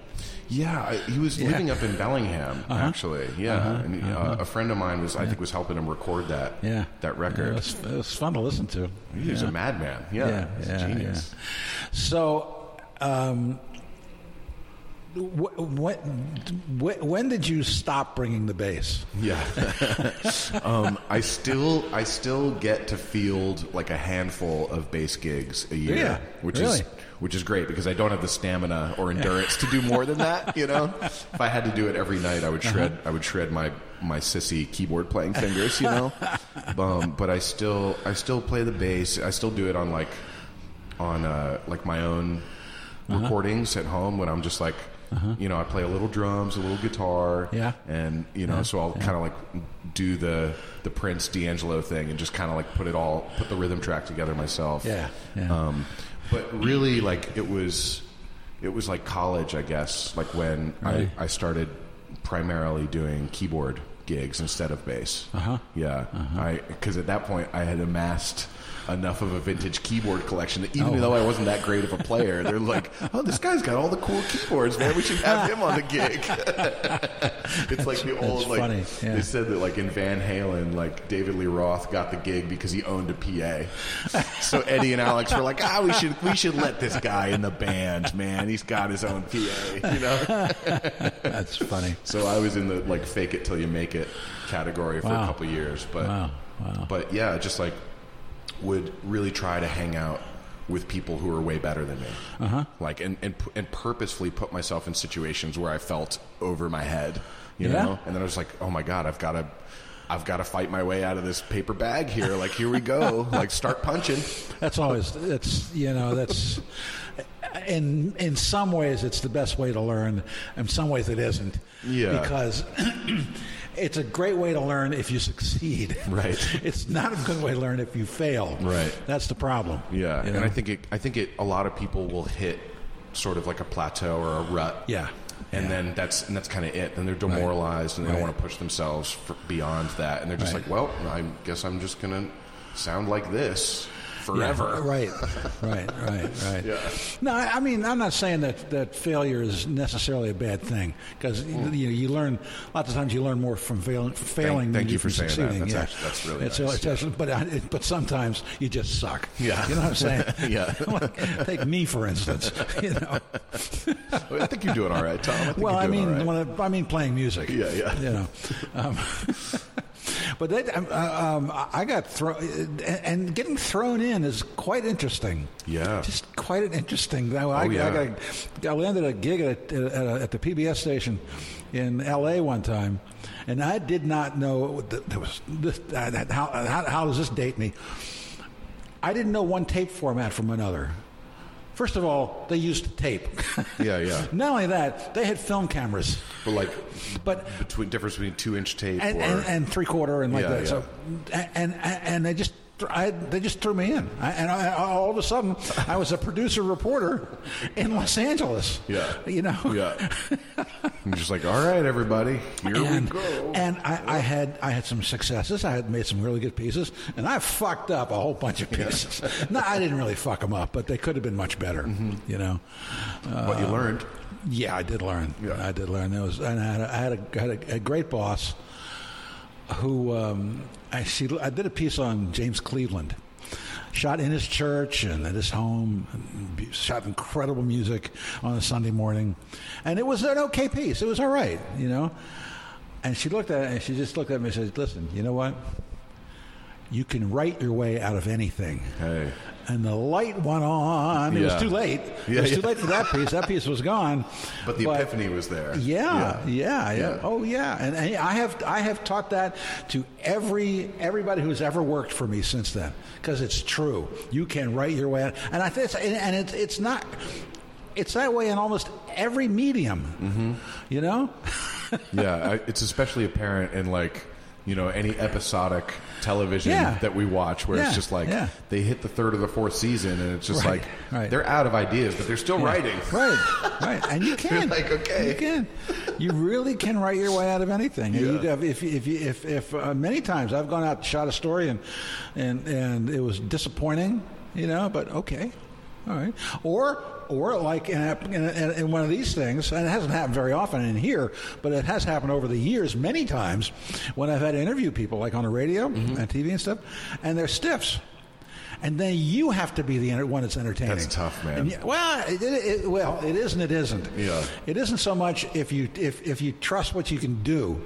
B: Yeah, Uh-huh. I, he was living up in Bellingham actually. Yeah, and uh, a friend of mine was I think was helping him record that.
A: Yeah,
B: that
A: Yeah, Uh, it,
B: record.
A: was, it was fun to listen to.
B: he was a madman. Yeah, he's a genius.
A: yeah. So, um, wh- what, wh- when did you stop bringing the bass?
B: Yeah. um, I still I still get to field like a handful of bass gigs a year,
A: Yeah,
B: which
A: really?
B: is which is great because I don't have the stamina or endurance to do more than that, you know. If I had to do it every night, I would
A: Uh-huh.
B: shred I would shred my my sissy keyboard playing fingers, you know. um, but I still I still play the bass. I still do it on like on uh, like my own
A: Uh-huh.
B: recordings at home when I'm just like you know I play a little drums, a little guitar,
A: Yeah.
B: and you know so I'll kind of like do the the Prince D'Angelo thing and just kind of like put it all put the rhythm track together myself.
A: Yeah, yeah.
B: Um, but really, like it was it was like college, I guess. Like when
A: Right.
B: I, I started primarily doing keyboard gigs instead of bass. Uh-huh. Yeah, I because at that point I had amassed enough of a vintage keyboard collection that even though I wasn't that great of a player, they're like, "Oh, this guy's got all the cool keyboards, man. We should have him on the gig." it's like the old like
A: funny, yeah.
B: they said that like in Van Halen, like David Lee Roth got the gig because he owned a PA. so Eddie and Alex were like, ah, we should we should let this guy in the band, man. He's got his own PA, you know.
A: That's funny.
B: so I was in the like fake it till you make it category for
A: Wow.
B: a couple years, but
A: Wow, wow.
B: but yeah, just like would really try to hang out with people who are way better than me, uh-huh. like and, and pu- and purposefully put myself in situations where I felt over my head, you
A: Yeah.
B: know. And then I was like, oh my god, I've got to, I've got to fight my way out of this paper bag here. Like here we go, like start punching.
A: That's always that's you know that's in in some ways it's the best way to learn. In some ways it isn't.
B: Yeah.
A: Because it's a great way to learn if you succeed.
B: Right.
A: It's not a good way to learn if you fail.
B: Right.
A: That's the problem.
B: Yeah,
A: You
B: and
A: know?
B: I think it, I think it. A lot of people will hit sort of like a plateau or a rut.
A: Yeah.
B: and
A: Yeah.
B: then that's and that's kind of it. Then they're demoralized and they
A: Right.
B: don't want to push themselves for, beyond that. And they're just
A: Right.
B: like, well, I guess I'm just gonna sound like this forever.
A: Yeah, right, right, right, right.
B: Yeah.
A: No, I I mean, I'm not saying that, that failure is necessarily a bad thing because you, you learn lots of times you learn more from fail, failing.
B: Mm. thank
A: than
B: you
A: do
B: for
A: from
B: saying that.
A: succeeding.
B: That's
A: yeah.
B: actually- that's really
A: It's-
B: nice,
A: it's actually- but I, it- but sometimes you just suck.
B: Yeah.
A: you know what I'm saying.
B: Yeah.
A: Like, take me for instance. You know.
B: I think you're doing all right, Tom. I think
A: Well,
B: you're
A: I
B: doing
A: mean,
B: all right.
A: when I, I mean playing music.
B: Yeah, yeah.
A: You know, um, but that, um, um, I got thrown, and, and getting thrown in is quite interesting.
B: Yeah. Oh,
A: just quite an interesting. I, I,
B: yeah.
A: I, got a, I landed a gig at, a, at, a, at the PBS station in L.A. one time, and I did not know that there was this. Uh, how, how, how does this date me? I didn't know one tape format from another. First of all, they used tape.
B: yeah, yeah.
A: Not only that, they had film cameras,
B: But like
A: but
B: between difference between two inch tape
A: and,
B: or
A: and, and three quarter and like
B: Yeah,
A: that.
B: yeah.
A: So, and and- and they just. I, they just threw me in, I, and I, all of a sudden, I was a producer reporter in Los Angeles.
B: yeah,
A: you know.
B: yeah. I'm just like, all right, everybody, here we
A: And,
B: go.
A: and I, I had I had some successes. I had made some really good pieces, and I fucked up a whole bunch of pieces. no, I didn't really fuck them up, but they could have been much better.
B: Mm-hmm.
A: You know.
B: But
A: uh,
B: you learned.
A: Yeah, I did learn.
B: Yeah.
A: I did learn. It was, and I had a, I had a, had a, a great boss who um, I she I did a piece on James Cleveland. Shot in his church and at his home, and be- shot incredible music on a Sunday morning, and it was an okay piece. It was all right, you know. And she looked at it and she just looked at me and said, "Listen, you know what? You can write your way out of anything."
B: Hey,
A: And the light went on. It was
B: Yeah.
A: too late. it
B: Yeah,
A: was
B: yeah.
A: too late for that piece. That piece was gone.
B: but the epiphany was there.
A: Yeah, yeah, yeah,
B: Yeah.
A: Oh, yeah. And, and I have I have taught that to every everybody who's ever worked for me since then because it's true. You can write your way out, and I think it's, and, and it's it's not. It's that way in almost every
B: Mm-hmm.
A: medium. You know,
B: yeah, I, it's especially apparent in like you know any episodic television
A: Yeah.
B: that we watch where
A: Yeah,
B: it's just like
A: yeah.
B: they hit the third or the fourth season and it's just
A: Right,
B: like
A: right.
B: they're out of ideas but they're still writing
A: Right, right, and you can.
B: like, okay.
A: you can. You really can write your way out of anything. You- If if if, if uh, many times I've gone out and shot a story and and and it was disappointing, you know. But okay, all right. Or or like in, a- in, a- in one of these things, and it hasn't happened very often in here, but it has happened over the years many times when I've had to interview people like on the radio
B: Mm-hmm.
A: and TV and stuff, and they're stiffs. And then you have to be the enter- one that's entertaining.
B: That's tough, man.
A: And yeah, well, it, it, it- well, it is and it isn't.
B: Yeah.
A: It isn't so much if you if if you trust what you can do.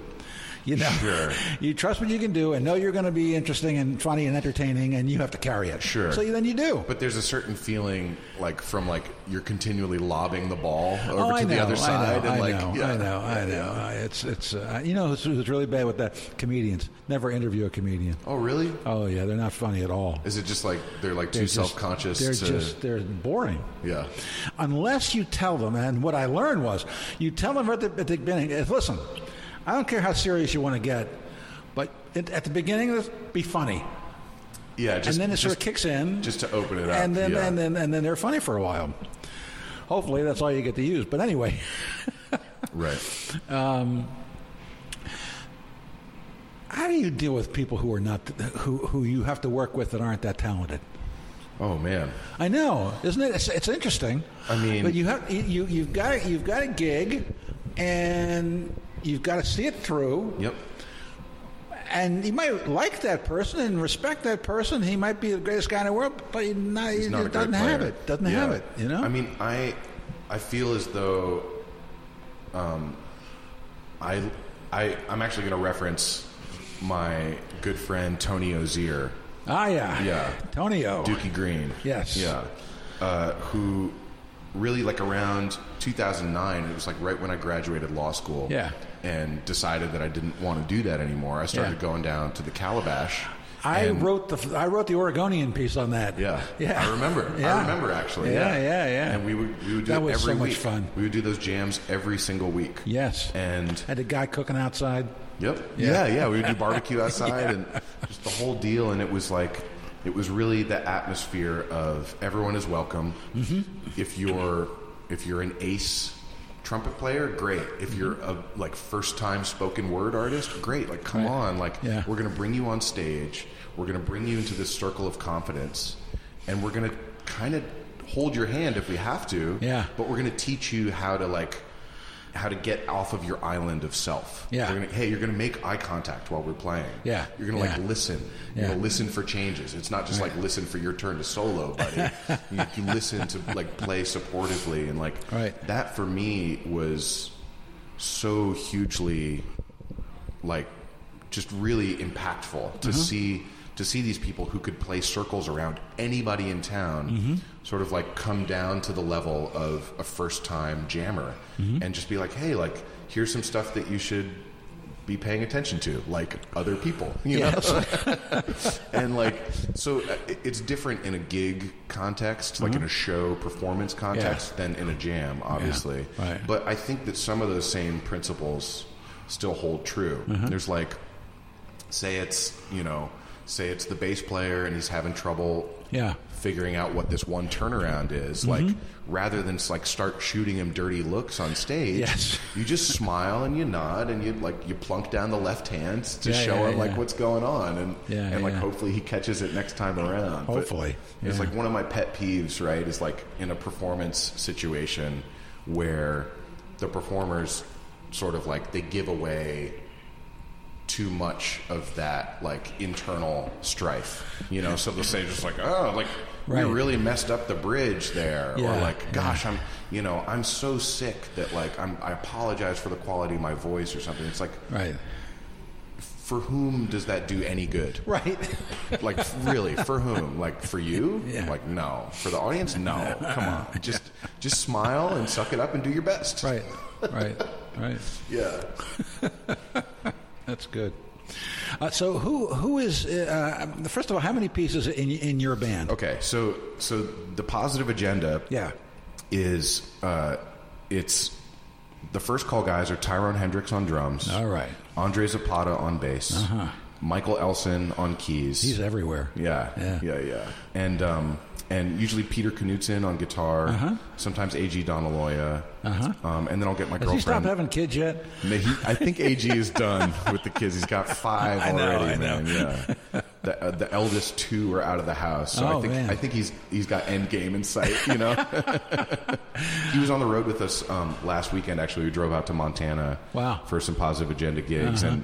A: You know,
B: Sure.
A: you trust what you can do and know you're going to be interesting and funny and entertaining, and you have to carry it.
B: Sure.
A: So then you do.
B: But there's a certain feeling, like from like you're continually lobbing the ball over
A: oh,
B: to
A: I know,
B: the other side,
A: I know,
B: and
A: I
B: like
A: know,
B: yeah.
A: I know, I know. I- It's it's uh, you know who's, who's really bad with that comedians. Never interview a comedian.
B: Oh, really?
A: Oh yeah, they're not funny at all.
B: Is it just like they're like too
A: They're just-
B: self-conscious?
A: They're
B: to,
A: just they're boring.
B: yeah.
A: unless you tell them. And what I learned was, you tell them at the, at the beginning. eh, Listen, I don't care how serious you want to get, but it, at the beginning, of this, be funny,
B: Yeah, just,
A: and then it sort
B: just,
A: of kicks in.
B: just to open it up.
A: and then
B: yeah.
A: and then and then they're funny for a while. Hopefully, that's all you get to use. But anyway,
B: right.
A: how do you deal with people who are not who who you have to work with that aren't that talented?
B: Oh man,
A: I know, isn't it? It's, it's interesting.
B: I mean-
A: but you have you- you you've got you've got a gig, and you've got to see it through.
B: yep.
A: And you might like that person and respect that person. He might be the greatest guy in the world, but he, not, he
B: He's not a
A: just
B: great
A: doesn't
B: player.
A: have it. Doesn't
B: Yeah.
A: have it. You know.
B: I mean, I I feel as though um, I I I'm actually going to reference my good friend Tony Ozier,
A: ah, yeah,
B: Yeah.
A: Tonio.
B: Dookie Green.
A: Yes.
B: Yeah. Uh, who really like around 2009 it was like right when i graduated law school
A: Yeah.
B: and decided that i didn't want to do that anymore i started
A: Yeah.
B: going down to the calabash
A: I
B: and-
A: wrote the I wrote the Oregonian piece on that.
B: yeah
A: yeah.
B: i remember
A: Yeah.
B: i remember actually
A: Yeah,
B: yeah
A: yeah, yeah.
B: and we would we would do
A: That
B: it
A: was so
B: every
A: much
B: week
A: fun.
B: we would do those jams every single week
A: Yes.
B: and
A: Had the guy cooking outside.
B: Yep.
A: Yeah.
B: Yeah. yeah, We would do barbecue outside and just the whole deal. And it was like, it was really the atmosphere of everyone is welcome.
A: Mm-hmm.
B: If you're if you're an ace trumpet player, great. If you're a
A: Mm-hmm.
B: like first time spoken word artist, great. Like come on, like
A: Yeah.
B: we're gonna bring you on stage. We're gonna bring you into this circle of confidence, and we're gonna kind of hold your hand if we have to.
A: Yeah.
B: But we're gonna teach you how to like how to get off of your island of self.
A: Yeah.
B: We're gonna hey, you're going to make eye contact while we're playing.
A: Yeah.
B: You're going to
A: Yeah.
B: like listen. You're
A: Yeah.
B: going to listen for changes. It's not just like listen for your turn to solo, buddy. you, you listen to like play supportively and like
A: Right.
B: that for me was so hugely like just really impactful to see to see these people who could play circles around anybody in town sort of like come down to the level of a first time jammer and just be like hey like here's some stuff that you should be paying attention to like other people you know and like so uh, it- it's different in a gig context
A: Mm-hmm.
B: like in a show performance context than in a jam obviously
A: right.
B: but i think that some of those same principles still hold true
A: Mm-hmm.
B: there's like say it's you know say it's the bass player and he's having trouble
A: Yeah.
B: figuring out what this one turnaround is like
A: Mm-hmm.
B: rather than like start shooting him dirty looks on stage
A: Yes.
B: you just smile and you nod and you like you plunk down the left hand to
A: Yeah,
B: show
A: yeah,
B: him like
A: yeah.
B: what's going on and
A: Yeah,
B: and like
A: yeah.
B: hopefully he catches it next time around But
A: Hopefully,
B: it's
A: yeah.
B: like one of my pet peeves right is like in a performance situation where the performers sort of like they give away too much of that like internal strife, you know. So they'll say just like, "Oh, like
A: Right.
B: we really messed up the bridge there,"
A: Yeah,
B: or like, "Gosh, I'm you know I'm so sick that like I'm I apologize for the quality of my voice or something." It's like,
A: Right.
B: for whom does that do any good?
A: Right.
B: like really for whom like for you
A: Yeah.
B: like no for the audience no come on just just smile and suck it up and do your best
A: right. Right. Right.
B: yeah
A: That's good. Uh, so who who is uh, uh, first of all? How many pieces in in your band?
B: okay so so the positive agenda
A: Yeah.
B: is uh, it's The first call guys are Tyrone Hendricks on drums.
A: All right. Uh-huh.
B: Andre Zapata on bass. Michael Elson on keys.
A: He's everywhere.
B: Yeah,
A: Yeah.
B: yeah, yeah, And um, and usually Peter Knudsen on guitar.
A: Uh-huh.
B: Sometimes Ag Donaloya. Um, and then I'll get my
A: Has he stopped
B: girlfriend.
A: having kids yet?
B: Ma- he- I think Ag is done with the kids. He's got five
A: I know,
B: already,
A: I know.
B: man. Yeah. The, uh, the eldest two are out of the house, so
A: Oh,
B: I think
A: man.
B: I think he's he's got end game in sight. You know, he was on the road with us um, last weekend. Actually, we drove out to Montana
A: Wow. Uh-huh,
B: for some positive agenda gigs, and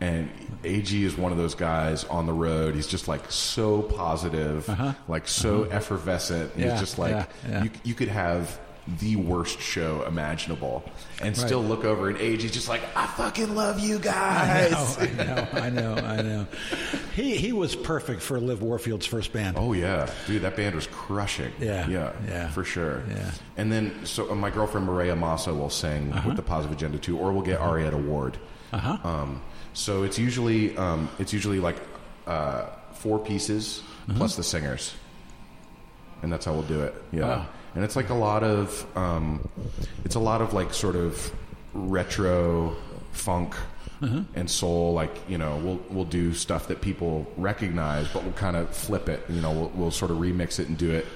B: and Ag is one of those guys on the road. He's just like so positive, like so effervescent.
A: Uh-huh.
B: and
A: Yeah,
B: he's just like
A: yeah, yeah.
B: you you could have the worst show imaginable and still look over at age he's just like i fucking love you
A: I
B: guys
A: know, Oh, I know, I know, I know. He he was perfect for Liv Warfield's first band.
B: oh yeah dude that band was crushing
A: Yeah,
B: yeah
A: yeah,
B: for sure
A: yeah. Uh-huh.
B: and then so uh, my girlfriend maria massa will sing with the positive agenda too or we'll get arietta ward uh-huh. um, so it's usually um, it's usually like uh, four pieces
A: Mm-hmm.
B: plus the singers and that's how we'll do it. Yeah,
A: Wow.
B: and it's like a lot of, um, it's a lot of like sort of retro funk
A: Mm-hmm.
B: and soul. Like you know, we'll we'll do stuff that people recognize, but we'll kind of flip it. You know, we'll, we'll sort of remix it and do it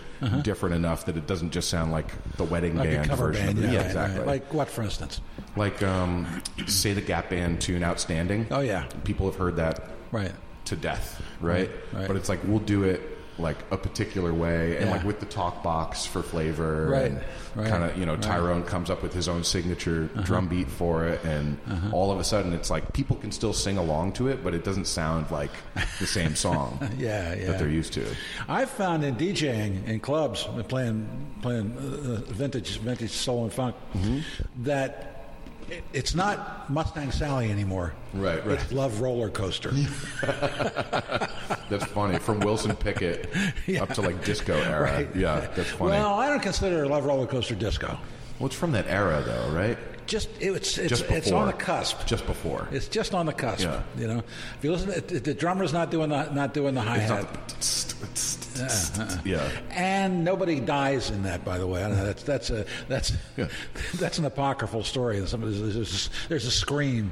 B: different enough that it doesn't just sound like the wedding
A: Uh-huh. like
B: band
A: a cover
B: version.
A: band.
B: of it.
A: Yeah,
B: yeah,
A: right,
B: exactly.
A: right. Like what, for instance?
B: Like, um, say the Gap Band tune, "Outstanding."
A: Oh, yeah.
B: people have heard that
A: Right.
B: to death, right?
A: Right, right.
B: But it's like we'll do it like a particular way, and
A: Yeah.
B: like with the talk box for flavor,
A: Right,
B: and
A: right, Uh-huh.
B: kind of you know Tyrone comes up with his own signature drum beat for it, and all of a sudden it's like people can still sing along to it, but it doesn't sound like the same song
A: Yeah, yeah.
B: that they're used to.
A: I've found in DJing in clubs and playing playing uh, vintage vintage soul and funk
B: Mm-hmm.
A: that it, it's not Mustang Sally anymore.
B: Right, right.
A: It's Love Roller Coaster.
B: That's funny. From Wilson Pickett up to like disco era,
A: Right.
B: yeah, that's funny. Well,
A: well, I don't consider Love Roller Coaster disco.
B: it's from that era though, right?
A: Just it's it's
B: Just before,
A: it's on the cusp.
B: Just before.
A: It's just on the cusp.
B: Yeah.
A: You know, if you listen, it, it, the drummer's not doing the, not doing the hi
B: It's
A: hat.
B: not the-
A: uh-huh.
B: yeah.
A: And nobody dies in that, by the way. I don't know, that's that's a that's that's an apocryphal story. And somebody there's, there's a scream,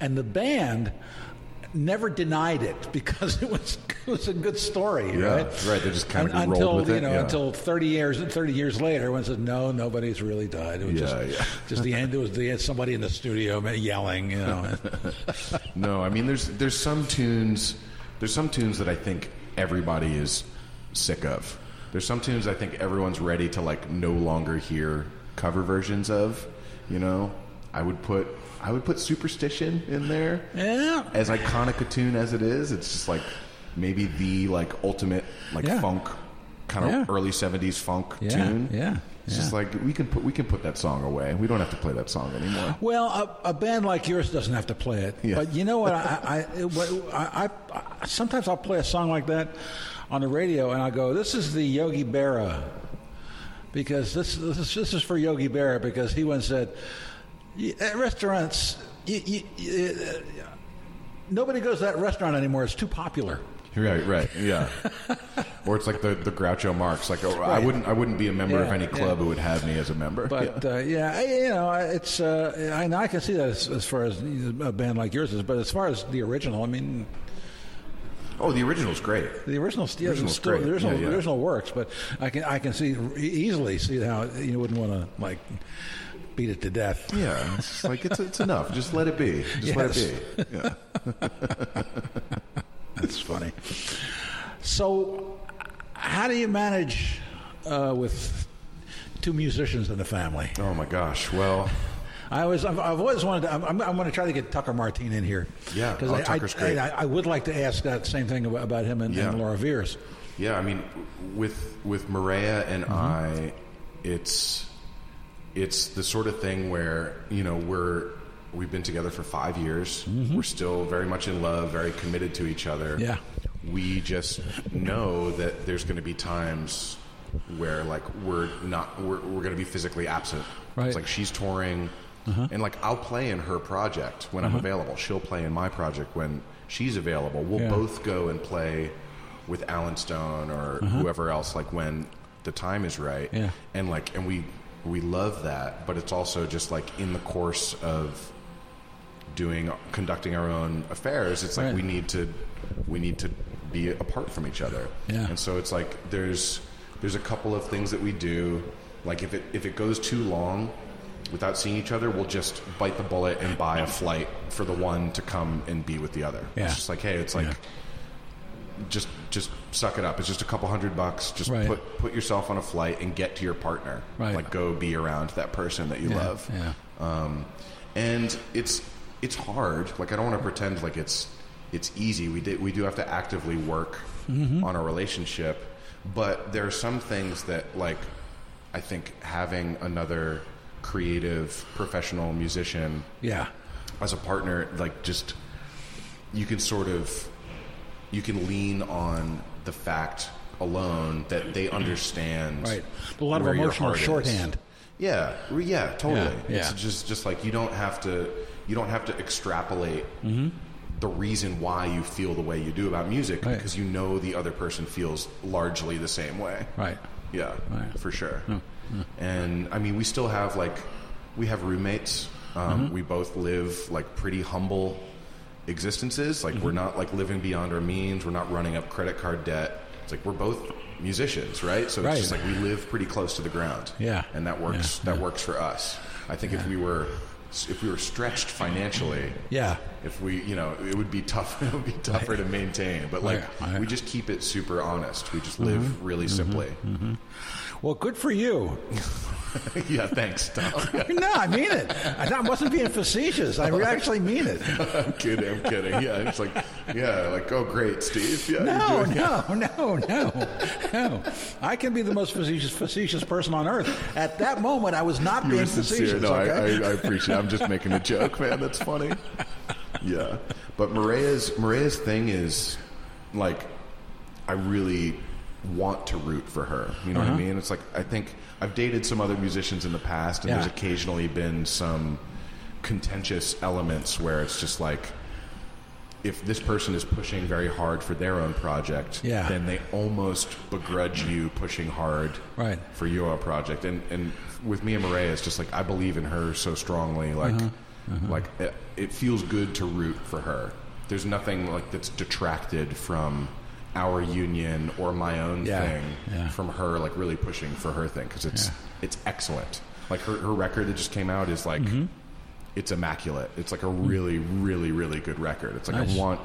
A: and the band never denied it because it was it was a good story,
B: Yeah,
A: right?
B: right, they just kinda
A: Un-
B: rolled
A: until
B: with
A: you
B: it,
A: know
B: yeah.
A: until thirty years thirty years later, everyone says no, nobody's really died. It was
B: Yeah,
A: just
B: yeah.
A: just the end. It was the somebody in the studio yelling, you know.
B: No, I mean there's there's some tunes there's some tunes that I think everybody is sick of. There's some tunes I think everyone's ready to like no longer hear cover versions of. You know, I would put I would put Superstition in there.
A: yeah.
B: As iconic a tune as it is, it's just like maybe the like ultimate like
A: Yeah.
B: funk kind of
A: Yeah.
B: early 70s funk
A: Yeah,
B: tune.
A: yeah,
B: It's just
A: yeah.
B: like we can put we can put that song away. We don't have to play that song anymore.
A: Well, a, a band like yours doesn't have to play it,
B: Yeah.
A: but you know what? I, I, what I, I, I sometimes I'll play a song like that on the radio, and I go, "This is the Yogi Berra," because this this is, this is for Yogi Berra because he once said, "You- "At restaurants, you, you, you, uh, nobody goes to that restaurant anymore. It's too popular."
B: Right, right, yeah. or it's like the, the Groucho Marx. Like oh, I wouldn't I wouldn't be a member of
A: Yeah,
B: any club who would have me as a member.
A: But yeah, uh, yeah I, you know, I- it's uh, I, I can see that as, as far as a band like yours is, but as far as the original, I mean,
B: oh, the original's great.
A: The original steel,
B: Original's
A: still,
B: great.
A: the original,
B: Yeah, yeah.
A: the original works, but I can I can see e, easily see how you wouldn't want to like beat it to death.
B: Yeah, it's just like it's it's enough. Just let it be. Just let it be. Yeah.
A: That's funny. So, how do you manage uh, with two musicians in the family?
B: Oh my gosh. Well,
A: I always, I've, I've always wanted to. I'm, I'm, I'm going to try to get Tucker Martin in here.
B: Yeah,
A: because
B: oh,
A: I,
B: Tucker's great.
A: I, I would like to ask that same thing about, about him and,
B: Yeah.
A: and Laura Veers.
B: yeah. I mean, with with Maria
A: Mm-hmm.
B: and I, it's it's the sort of thing where you know we're we've been together for five years. We're still very much in love, very committed to each other.
A: Mm-hmm. Yeah.
B: we just know that there's going to be times where like we're not we're, we're going to be physically absent
A: Right. Uh-huh.
B: it's like she's touring and like i'll play in her project when i'm available she'll play in my project when she's available we'll
A: Yeah.
B: both go and play with alan stone or whoever else like when the time is right
A: Uh-huh. Yeah.
B: and like and we we love that, but it's also just like in the course of doing conducting our own affairs, it's like
A: Right.
B: we need to we need to be apart from each other.
A: Yeah.
B: And so it's like there's there's a couple of things that we do. Like if it if it goes too long without seeing each other, we'll just bite the bullet and buy a flight for the one to come and be with the other.
A: Yeah.
B: It's just like hey, it's like
A: Yeah.
B: just just suck it up. It's just a couple hundred bucks. Just
A: Right.
B: put put yourself on a flight and get to your partner.
A: Right.
B: Like go be around that person that you
A: Yeah,
B: love.
A: yeah.
B: Um, and it's it's hard. Like I don't want to pretend like it's it's easy. We did we do have to actively work on our relationship, but there are some things that like I think having another creative professional musician
A: Yeah.
B: as a partner, like just you can sort of you can lean on the fact alone that they understand
A: Mm-hmm. Right. A lot of
B: where your
A: emotional
B: heart is.
A: shorthand.
B: Yeah, re- yeah, totally.
A: Yeah,
B: It's
A: yeah.
B: just just like you don't have to you don't have to extrapolate
A: Mm-hmm.
B: the reason why you feel the way you do about music
A: Right.
B: because you know the other person feels largely the same way.
A: Right.
B: Yeah,
A: Right.
B: for sure. And I mean, we still have like we have roommates.
A: Mm-hmm.
B: Um, We both live like pretty humble existences. Like we're
A: Mm-hmm.
B: not like living beyond our means. We're not running up credit card debt. It's like we're both musicians, right? So
A: Right.
B: it's just like we live pretty close to the ground.
A: Yeah.
B: and that works. that works for us. I think if we were if we were stretched financially,
A: Yeah.
B: if we you know it would be tough it would be tougher to maintain but like
A: Right, right. Mm-hmm.
B: we just keep it super honest we just live really simply
A: Well, good for you.
B: yeah thanks Tom
A: No, I mean it. I I wasn't being facetious.
B: Oh.
A: I actually mean it.
B: I'm kidding I'm kidding yeah it's like yeah like oh great Steve yeah
A: No,
B: you're doing
A: no, no, no, no. I can be the most facetious, facetious person on earth. At that moment, I was not
B: you were
A: being
B: sincere
A: facetious.
B: no I, I,
A: okay?
B: I appreciate it. I'm just making a joke man that's funny yeah but Maria's Maria's thing is like I really want to root for her you know what I
A: Mm-hmm.
B: mean it's like I think I've dated some other musicians in the past and
A: Yeah.
B: there's occasionally been some contentious elements where it's just like if this person is pushing very hard for their own project,
A: Yeah.
B: then they almost begrudge you pushing hard
A: Right.
B: for your project. And and with me and Maria, it's just like I believe in her so strongly. Like
A: Uh-huh.
B: like it, it feels good to root for her. There's nothing like that's detracted from our union or my own
A: Yeah,
B: thing
A: yeah.
B: from her like really pushing for her thing because it's
A: Yeah.
B: it's excellent. Like her, her record that just came out is like
A: Mm-hmm.
B: it's immaculate. It's like a really, really, really good record. It's like
A: Hmm. Nice.
B: I want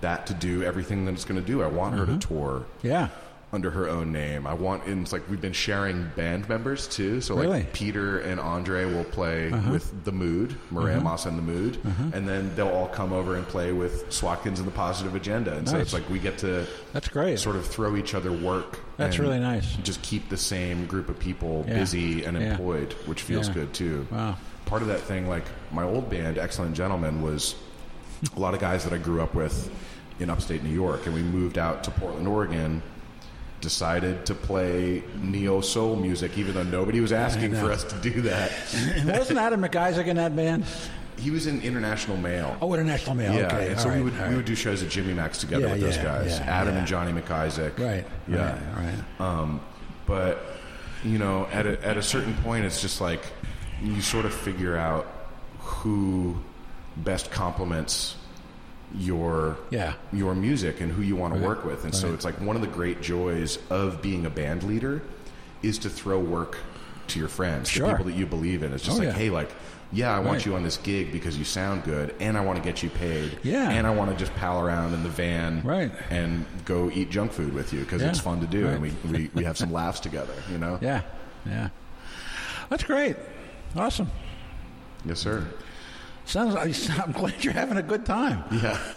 B: that to do everything that it's going to do. I want her to tour
A: Mm-hmm. yeah,
B: under her own name. I want, and it's like we've been sharing band members too. So like
A: Really? Uh-huh.
B: Peter and Andre will play with the Mood,
A: Mm-hmm.
B: Maria Moss and the Mood, and then they'll all come over and play with Swatkins and the Positive Agenda. And so
A: Nice.
B: it's like we get to
A: that's great.
B: sort of throw each other work.
A: That's
B: and
A: really nice.
B: Just keep the same group of people
A: Yeah.
B: busy and
A: Yeah.
B: employed, which feels
A: Yeah.
B: good too.
A: Wow.
B: Part of that thing, like my old band, Excellent Gentlemen, was a lot of guys that I grew up with in upstate New York, and we moved out to Portland, Oregon. Decided to play neo soul music, even though nobody was asking for us to do that.
A: And wasn't Adam McIsaac in that band?
B: He was in international mail.
A: Oh, International Mail.
B: Yeah,
A: okay,
B: and
A: all
B: so we
A: right,
B: would
A: all right.
B: we would do shows at Jimmy Max together
A: Yeah,
B: with those
A: yeah,
B: guys,
A: yeah,
B: Adam
A: yeah.
B: and Johnny McIsaac.
A: Right.
B: Yeah.
A: Right. right.
B: Um, but you know, at a, at a certain point, it's just like you sort of figure out who best complements your
A: Yeah.
B: your music and who you want to work with. And so
A: Right.
B: it's like one of the great joys of being a band leader is to throw work to your friends,
A: Sure.
B: the people that you believe in. It's just
A: Oh,
B: like,
A: yeah.
B: hey, like, yeah, I want
A: Right.
B: you on this gig because you sound good, and I want to get you paid,
A: Yeah.
B: and I want to just pal around in the van,
A: Right.
B: and go eat junk food with you because it's
A: Yeah.
B: fun to do, and we,
A: Right.
B: we, we have some laughs together, you know?
A: Yeah. Yeah. That's great. Awesome.
B: Yes, sir.
A: Sounds. like- I'm glad you're having a good time.
B: Yeah.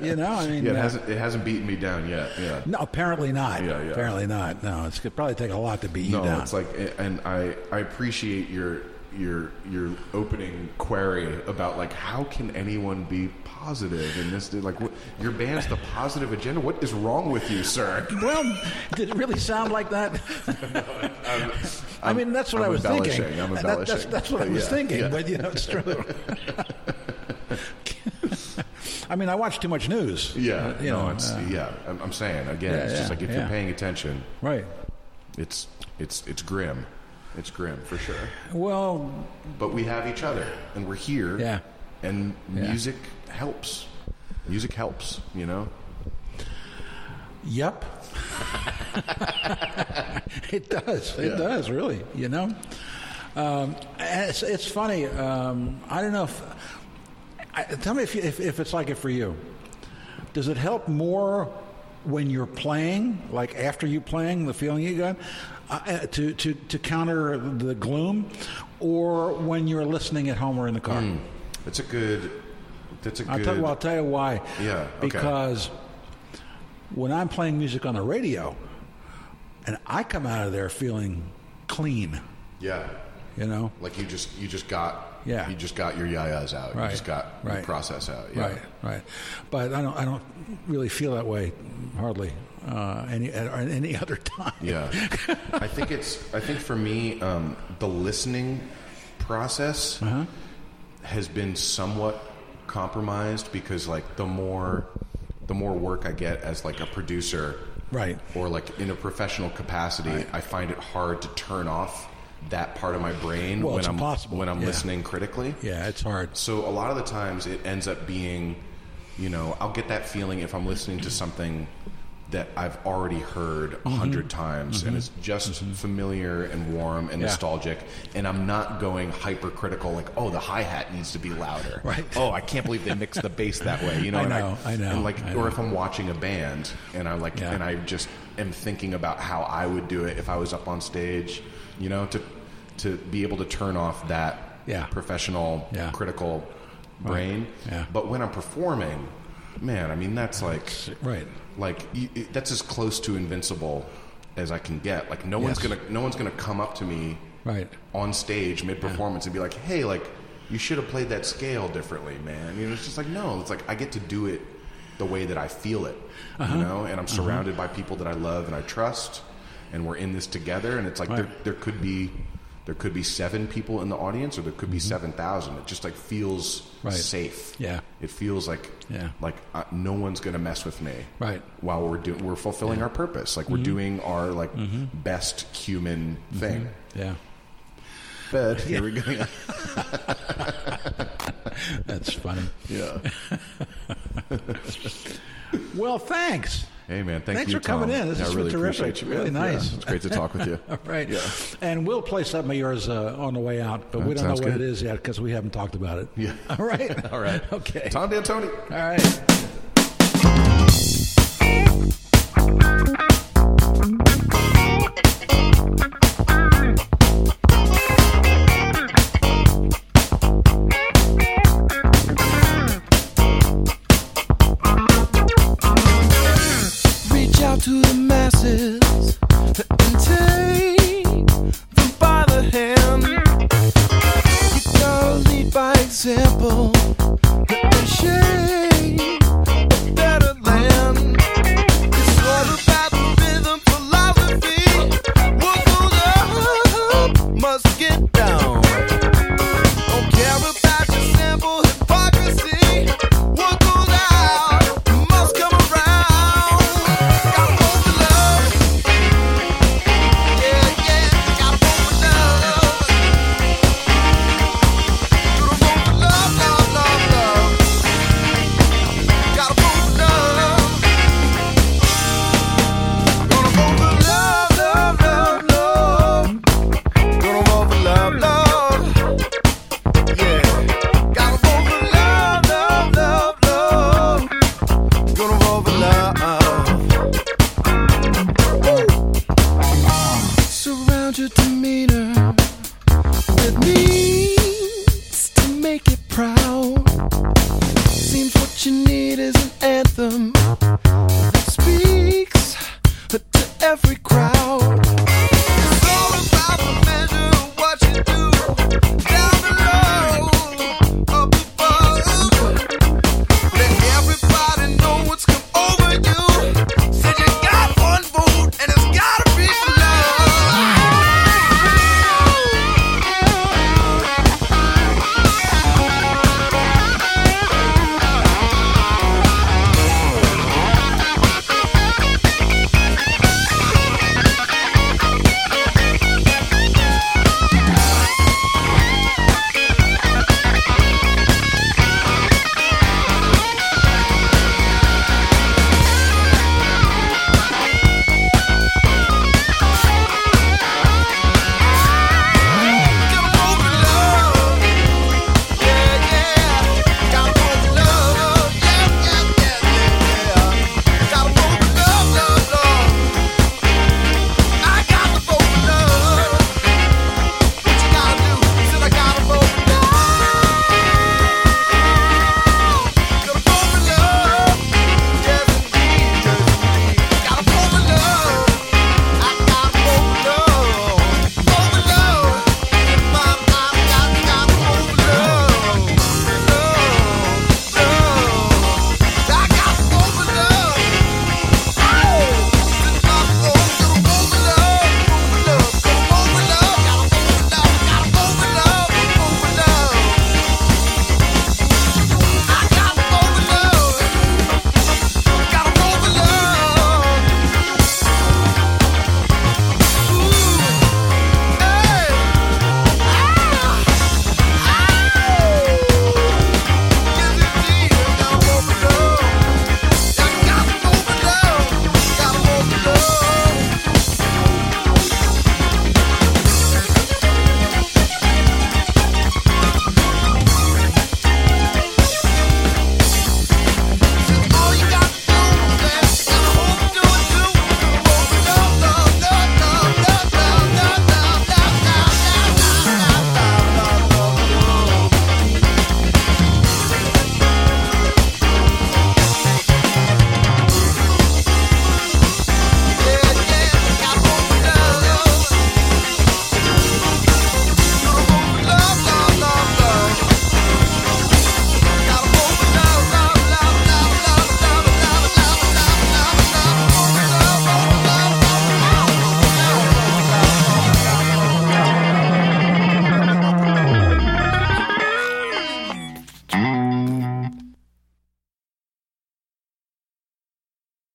A: You know. I mean.
B: Yeah, it
A: uh,
B: hasn't, it hasn't beaten me down yet. Yeah.
A: no, apparently not.
B: Yeah, yeah.
A: Apparently not. No, it's could probably take a lot to beat you
B: No,
A: down.
B: it's like, and I, I appreciate your your your opening query about like how can anyone be positive in this? Like, what, your band's the positive agenda. What is wrong with you, sir?
A: Well, did it really sound like that? I mean, that's what
B: I'm
A: I was thinking.
B: embellishing, I'm
A: That- that- that's,
B: embellishing.
A: that's what I was
B: Yeah,
A: thinking,
B: yeah.
A: but you know, it's true. I mean, I watch too much news.
B: Yeah,
A: you
B: no,
A: know,
B: it's
A: uh,
B: yeah. I'm, I'm saying again,
A: Yeah,
B: it's just
A: yeah,
B: like if
A: yeah.
B: you're paying attention,
A: right.
B: it's it's it's grim. It's grim for sure.
A: Well,
B: But we have each other, and we're here.
A: Yeah.
B: And
A: Yeah.
B: music helps. Music helps. You know.
A: yep. it does. It
B: Yeah.
A: does, really, you know? Um, and it's, it's funny. Um, I don't know if. I, tell me if, you, if, if it's like it for you. Does it help more when you're playing, like after you playing, the feeling you got, uh, uh, to, to, to counter the gloom, or when you're listening at home or in the car?
B: That's a good. That's a Mm, good.
A: I'll tell, well, I'll tell you why.
B: Yeah, okay.
A: Because when I'm playing music on the radio, and I come out of there feeling clean,
B: yeah.
A: you know?
B: Like you just you just got
A: Yeah.
B: you just got your yayas out.
A: Right.
B: You just got
A: Right.
B: the process out. Yeah.
A: Right, right. But I don't, I don't really feel that way hardly uh, any at at any other time.
B: Yeah. I think it's. I think for me, um, the listening process
A: Uh-huh.
B: has been somewhat compromised because, like, the more the more work I get as like a producer,
A: Right.
B: or like in a professional capacity, I find it hard to turn off that part of my brain
A: Well,
B: when
A: it's
B: I'm
A: impossible.
B: when I'm
A: Yeah.
B: listening critically.
A: Yeah, it's hard.
B: So a lot of the times it ends up being, you know, I'll get that feeling if I'm listening to something that I've already heard
A: Mm-hmm.
B: a 100 times and it's just familiar and warm and
A: Yeah.
B: nostalgic and I'm not going hypercritical like, oh, the hi-hat needs to be louder.
A: Right.
B: Oh, I can't believe they mixed the bass that way. You know,
A: I
B: and
A: know, I know,
B: And like,
A: I know.
B: or if I'm watching a band and I like,
A: Yeah.
B: and I just am thinking about how I would do it if I was up on stage, you know, to, to be able to turn off that
A: Yeah.
B: professional
A: Yeah.
B: critical brain.
A: Yeah.
B: But when I'm performing, man, I mean that's like
A: Right.
B: like y- y- that's as close to invincible as I can get. Like no one's
A: Yes.
B: gonna no one's gonna come up to me
A: Right.
B: on stage mid performance and be like, hey, like you should have played that scale differently, man. You know, it's just like no, it's like I get to do it the way that I feel it,
A: Uh-huh.
B: you know. And I'm surrounded by people that I love and I trust, and we're in this together. And it's like there,
A: Right.
B: there could be there could be seven people in the audience, or there could be seven thousand. It just like feels
A: Mm-hmm. Right.
B: safe.
A: Yeah.
B: it feels like
A: Yeah.
B: like uh, no one's gonna mess with me.
A: Right. Mm-hmm.
B: While we're doing, we're fulfilling our purpose. Like we're doing our like best human thing
A: Yeah.
B: bed. Here we go.
A: That's funny.
B: yeah.
A: Well, thanks.
B: Hey man, thank
A: Thanks
B: you,
A: for coming
B: Tom.
A: in. This
B: I
A: has been
B: really
A: terrific.
B: appreciate you. man.
A: Really nice.
B: Yeah, it's great to talk with you.
A: Right. And we'll play something of yours uh, on the way out, but we
B: That
A: don't know what
B: sounds
A: it
B: good.
A: is yet because we haven't talked about it.
B: Yeah.
A: All right.
B: All right.
A: Okay.
B: Tom D'Antoni.
A: All right.